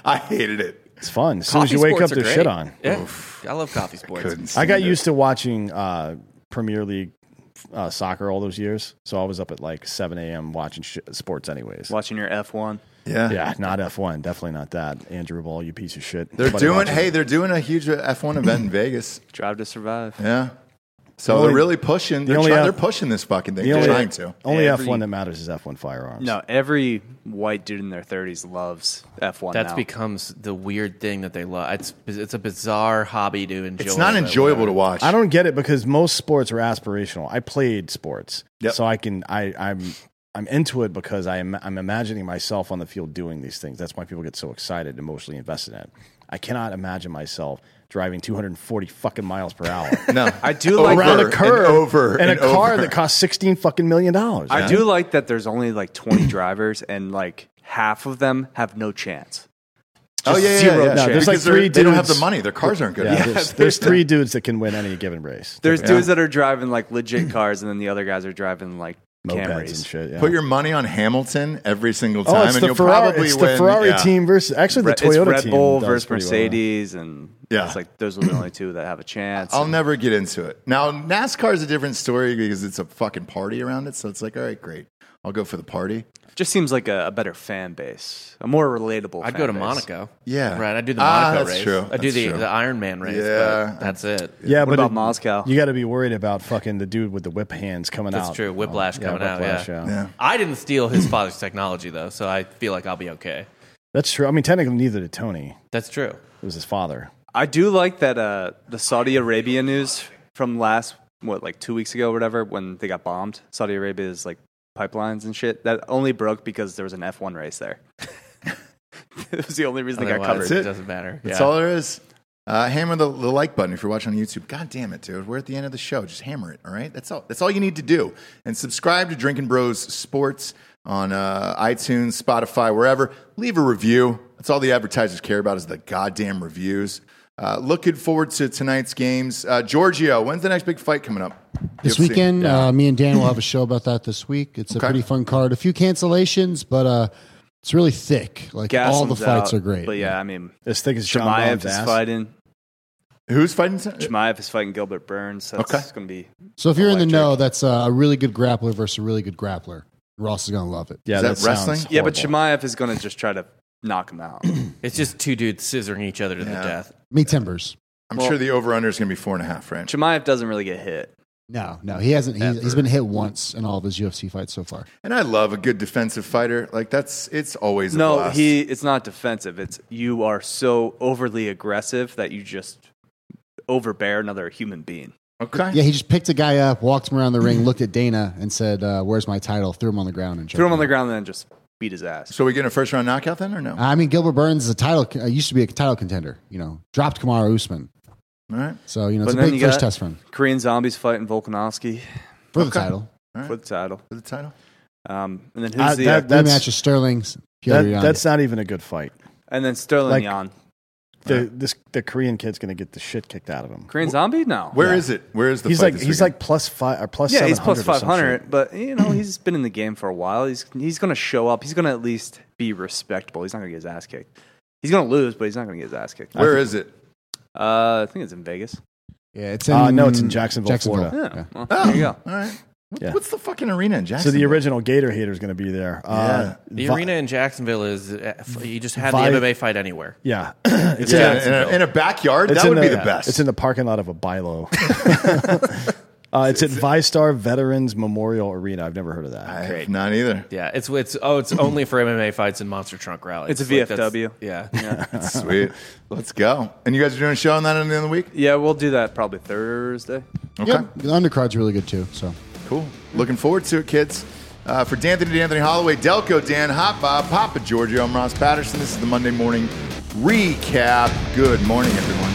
Speaker 1: I hated it.
Speaker 4: it's fun. As soon as
Speaker 2: Coffee
Speaker 4: you wake
Speaker 2: sports
Speaker 4: up,
Speaker 2: are great.
Speaker 4: there's shit on.
Speaker 2: Yeah. I love coffee sports.
Speaker 1: Couldn't
Speaker 4: I got
Speaker 1: stand it.
Speaker 4: used to watching uh, Premier League uh, soccer all those years, so I was up at like 7 a.m. watching sh- sports, anyways.
Speaker 3: Watching your F1.
Speaker 1: Yeah,
Speaker 4: Yeah, not F1, definitely not that. Andrew Ball, you piece of shit.
Speaker 1: They're
Speaker 4: Nobody
Speaker 1: doing.
Speaker 4: watches
Speaker 1: Hey,
Speaker 4: it.
Speaker 1: they're doing a huge F one event in Vegas.
Speaker 3: Drive to survive.
Speaker 1: Yeah. So
Speaker 4: only-
Speaker 1: they're really pushing. They're,
Speaker 4: only
Speaker 1: trying,
Speaker 4: F-
Speaker 1: they're pushing this fucking thing.
Speaker 4: the
Speaker 1: They're
Speaker 4: only,
Speaker 1: trying to.
Speaker 4: only
Speaker 3: Every-
Speaker 4: F1 that matters is F1 firearms.
Speaker 3: No, every white dude in their 30s loves F1
Speaker 2: That
Speaker 3: now.
Speaker 2: becomes the weird thing that they love. It's it's a bizarre hobby to enjoy.
Speaker 1: It's not
Speaker 2: but
Speaker 1: enjoyable
Speaker 2: whatever.
Speaker 1: to watch.
Speaker 4: I don't get it because most sports are aspirational. I played sports,
Speaker 1: Yep.
Speaker 4: so I can I I'm I'm into it because I'm I'm imagining myself on the field doing these things. That's why people get so excited, emotionally invested in it. I cannot imagine myself driving 240 fucking miles per hour
Speaker 1: No,
Speaker 3: I do like
Speaker 4: around
Speaker 1: Over
Speaker 4: a curve
Speaker 1: and over
Speaker 4: in a
Speaker 1: and
Speaker 4: car
Speaker 1: over.
Speaker 4: that costs 16 fucking million dollars.
Speaker 3: I do like that there's only like 20 drivers and like half of them have no chance.
Speaker 1: Oh yeah, yeah, yeah.
Speaker 4: zero
Speaker 1: yeah.
Speaker 4: chance. No, there's like
Speaker 1: Because they're-
Speaker 4: three
Speaker 1: They don't have the
Speaker 4: dudes.
Speaker 1: money. Their cars aren't good.
Speaker 4: Yeah,
Speaker 1: enough.
Speaker 4: there's, there's three dudes that can win any given race.
Speaker 3: There's dudes that are driving like legit cars and then the other guys are driving like
Speaker 4: Mopeds
Speaker 3: Camrys.
Speaker 4: and shit. Yeah.
Speaker 1: Put your money on Hamilton every single time,
Speaker 4: oh, it's
Speaker 1: and
Speaker 4: the
Speaker 1: you'll
Speaker 4: Ferrari,
Speaker 1: probably
Speaker 4: it's
Speaker 1: win.
Speaker 4: the Ferrari
Speaker 1: Yeah.
Speaker 4: team versus actually the
Speaker 3: Re-
Speaker 4: Toyota
Speaker 3: it's Red
Speaker 4: team
Speaker 3: Bull
Speaker 4: does
Speaker 3: versus
Speaker 4: pretty well.
Speaker 3: Mercedes, and
Speaker 1: Yeah.
Speaker 3: it's like those are the only two that have a chance.
Speaker 1: I'll
Speaker 3: And
Speaker 1: never get into it. Now NASCAR is a different story because it's a fucking party around it. So it's like, all right, great. I'll go for the party.
Speaker 3: it just seems like a, a better fan base, a more relatable.
Speaker 2: I'd
Speaker 3: fan
Speaker 2: go to
Speaker 3: base.
Speaker 2: Monaco.
Speaker 1: Yeah.
Speaker 2: Right. I do the
Speaker 1: Ah,
Speaker 2: Monaco
Speaker 1: that's
Speaker 2: race.
Speaker 1: true.
Speaker 2: I do
Speaker 1: That's
Speaker 2: the,
Speaker 1: true.
Speaker 2: the Ironman race.
Speaker 1: Yeah.
Speaker 2: But that's it.
Speaker 4: Yeah,
Speaker 3: What
Speaker 4: but
Speaker 3: about
Speaker 4: it-
Speaker 3: Moscow?
Speaker 4: You got to be worried about fucking the dude with the whip hands coming
Speaker 2: That's
Speaker 4: out. Oh,
Speaker 2: true. Whiplash coming out, yeah.
Speaker 1: Yeah.
Speaker 2: I didn't steal his father's technology though, so I feel like I'll be okay.
Speaker 4: That's true. I mean, technically, neither did Tony.
Speaker 2: That's true.
Speaker 4: It was his father.
Speaker 3: I do like that uh, the Saudi Arabia news from last what like two weeks ago, or whatever, when they got bombed. Saudi Arabia's like pipelines and shit that only broke because there was an F1 race there. it was the only reason they got
Speaker 2: Otherwise,
Speaker 3: covered.
Speaker 1: That's
Speaker 2: it.
Speaker 1: it.
Speaker 2: doesn't matter.
Speaker 1: That's
Speaker 2: Yeah.
Speaker 1: all there is. Uh, hammer the, the like button if you're watching on YouTube. God damn it, dude. We're at the end of the show. Just hammer it, all right? That's all. That's all you need to do. And subscribe to Drinking Bros Sports on uh, iTunes, Spotify, wherever. Leave a review. That's all the advertisers care about is the goddamn reviews. Uh, looking forward to tonight's games. Uh, Giorgio, when's the next big fight coming up?
Speaker 5: This
Speaker 1: UFC.
Speaker 5: weekend, uh, me and Dan will have a show about that this week. It's
Speaker 1: Okay.
Speaker 5: a pretty fun card. A few cancellations, but uh, it's really thick. Like all the
Speaker 3: Gaslam's out,
Speaker 5: fights are great.
Speaker 3: but yeah, I mean,
Speaker 4: As thick as John
Speaker 3: Shemaev
Speaker 4: Bomb's
Speaker 3: is
Speaker 4: ass.
Speaker 3: fighting.
Speaker 1: Who's fighting?
Speaker 3: Shemaev is fighting Gilbert Burns. That's
Speaker 1: Okay.
Speaker 3: going to be
Speaker 5: So if you're in
Speaker 3: Electric.
Speaker 5: the know, that's uh, a really good grappler versus a really good grappler. Ross is gonna love it.
Speaker 4: Yeah,
Speaker 1: Is that
Speaker 4: sounds
Speaker 1: wrestling?
Speaker 3: yeah, but
Speaker 4: horrible.
Speaker 3: Shemaev is going to just try to knock him out.
Speaker 2: It's just two dudes scissoring each other to the
Speaker 1: Yeah.
Speaker 2: death.
Speaker 5: Me timbers.
Speaker 1: I'm
Speaker 3: Well-
Speaker 1: sure the over under is going to be four and a half, right?
Speaker 3: Shemaev doesn't really get hit.
Speaker 5: No, no, he hasn't. He's, he's
Speaker 1: Ever.
Speaker 5: been hit once in all of his UFC fights so far.
Speaker 1: And I love a good defensive fighter. Like, that's it's always a
Speaker 3: no,
Speaker 1: blast.
Speaker 3: he. It's not defensive. It's you are so overly aggressive that you just overbear another human being.
Speaker 1: Okay.
Speaker 5: Yeah, he just picked a guy up, walked him around the ring, looked at Dana, and said, uh, "Where's my title?" Threw him on the ground and
Speaker 3: Threw him
Speaker 5: choked
Speaker 3: on the ground and then just beat his ass.
Speaker 1: So we get a first round knockout then, or no?
Speaker 4: Uh,
Speaker 5: I mean, Gilbert Burns is a title. Uh, used to be a title contender. You know, dropped Kamara Usman.
Speaker 1: All right.
Speaker 5: So you know,
Speaker 3: But
Speaker 5: it's a
Speaker 3: then
Speaker 5: big
Speaker 3: you
Speaker 5: first
Speaker 3: got-
Speaker 5: test for him
Speaker 3: Korean zombies fighting Volkanovski
Speaker 5: for the
Speaker 1: Okay.
Speaker 5: title.
Speaker 3: for the title.
Speaker 1: For the title.
Speaker 3: Um, and then who's
Speaker 4: Uh,
Speaker 3: the
Speaker 4: that- that- That's-
Speaker 5: Rematch of Sterling's.
Speaker 4: That- that's not even a good fight.
Speaker 3: and then Sterling
Speaker 4: like-
Speaker 3: Yan.
Speaker 4: The this the Korean kid's gonna get the shit kicked out of him.
Speaker 3: Korean zombie? No.
Speaker 1: Where is it? Where is the
Speaker 4: He's
Speaker 1: fight
Speaker 4: like
Speaker 1: this
Speaker 4: he's
Speaker 1: weekend?
Speaker 4: like plus five or plus
Speaker 3: yeah, he's plus
Speaker 4: 700 or some
Speaker 3: 500,
Speaker 4: shit.
Speaker 3: but you know he's been in the game for a while. He's he's going to show up. He's going to at least be respectable. He's not going to get his ass kicked. He's going to lose, but he's not going to get his ass kicked.
Speaker 1: Where is it?
Speaker 3: Uh, I think it's in Vegas.
Speaker 5: yeah, it's
Speaker 4: Uh, no, it's in Jacksonville, Florida.
Speaker 3: Yeah.
Speaker 5: Yeah.
Speaker 3: Well, there you
Speaker 4: Oh.
Speaker 3: go.
Speaker 1: Oh, All right. What-
Speaker 4: Yeah.
Speaker 1: What's the fucking arena in
Speaker 4: So
Speaker 1: Jackson?
Speaker 4: the original Gator hater is gonna be there. Uh,
Speaker 2: The
Speaker 4: Vi-
Speaker 2: arena in Jacksonville is uh, f- you just had
Speaker 4: Vi-
Speaker 2: the MMA fight anywhere.
Speaker 4: Yeah, it's in-
Speaker 1: Yeah, in a, in a backyard?
Speaker 4: It's
Speaker 1: that
Speaker 4: in
Speaker 1: would be the
Speaker 4: yeah,
Speaker 1: best.
Speaker 4: It's in the parking lot of a Bilo. uh, it's at Vistar Veterans Memorial Arena. I've never heard of that.
Speaker 1: I have not either.
Speaker 2: Yeah, it's it's oh, it's only for MMA fights and monster trunk rallies.
Speaker 3: It's a
Speaker 2: Like, that's-
Speaker 3: VFW.
Speaker 2: yeah,
Speaker 1: Sweet. Let's go. And you guys are doing a show on that in the end of the week?
Speaker 3: Yeah, we'll do that probably Thursday.
Speaker 1: Okay.
Speaker 5: The undercard's really good too. So
Speaker 1: Cool. Looking forward to it, kids. Uh, for D'Anthony, D'Anthony Holloway, Delco, Dan, Hot Bob, Papa Giorgio, I'm Ross Patterson. This is the Monday Morning Recap. Good morning, everyone.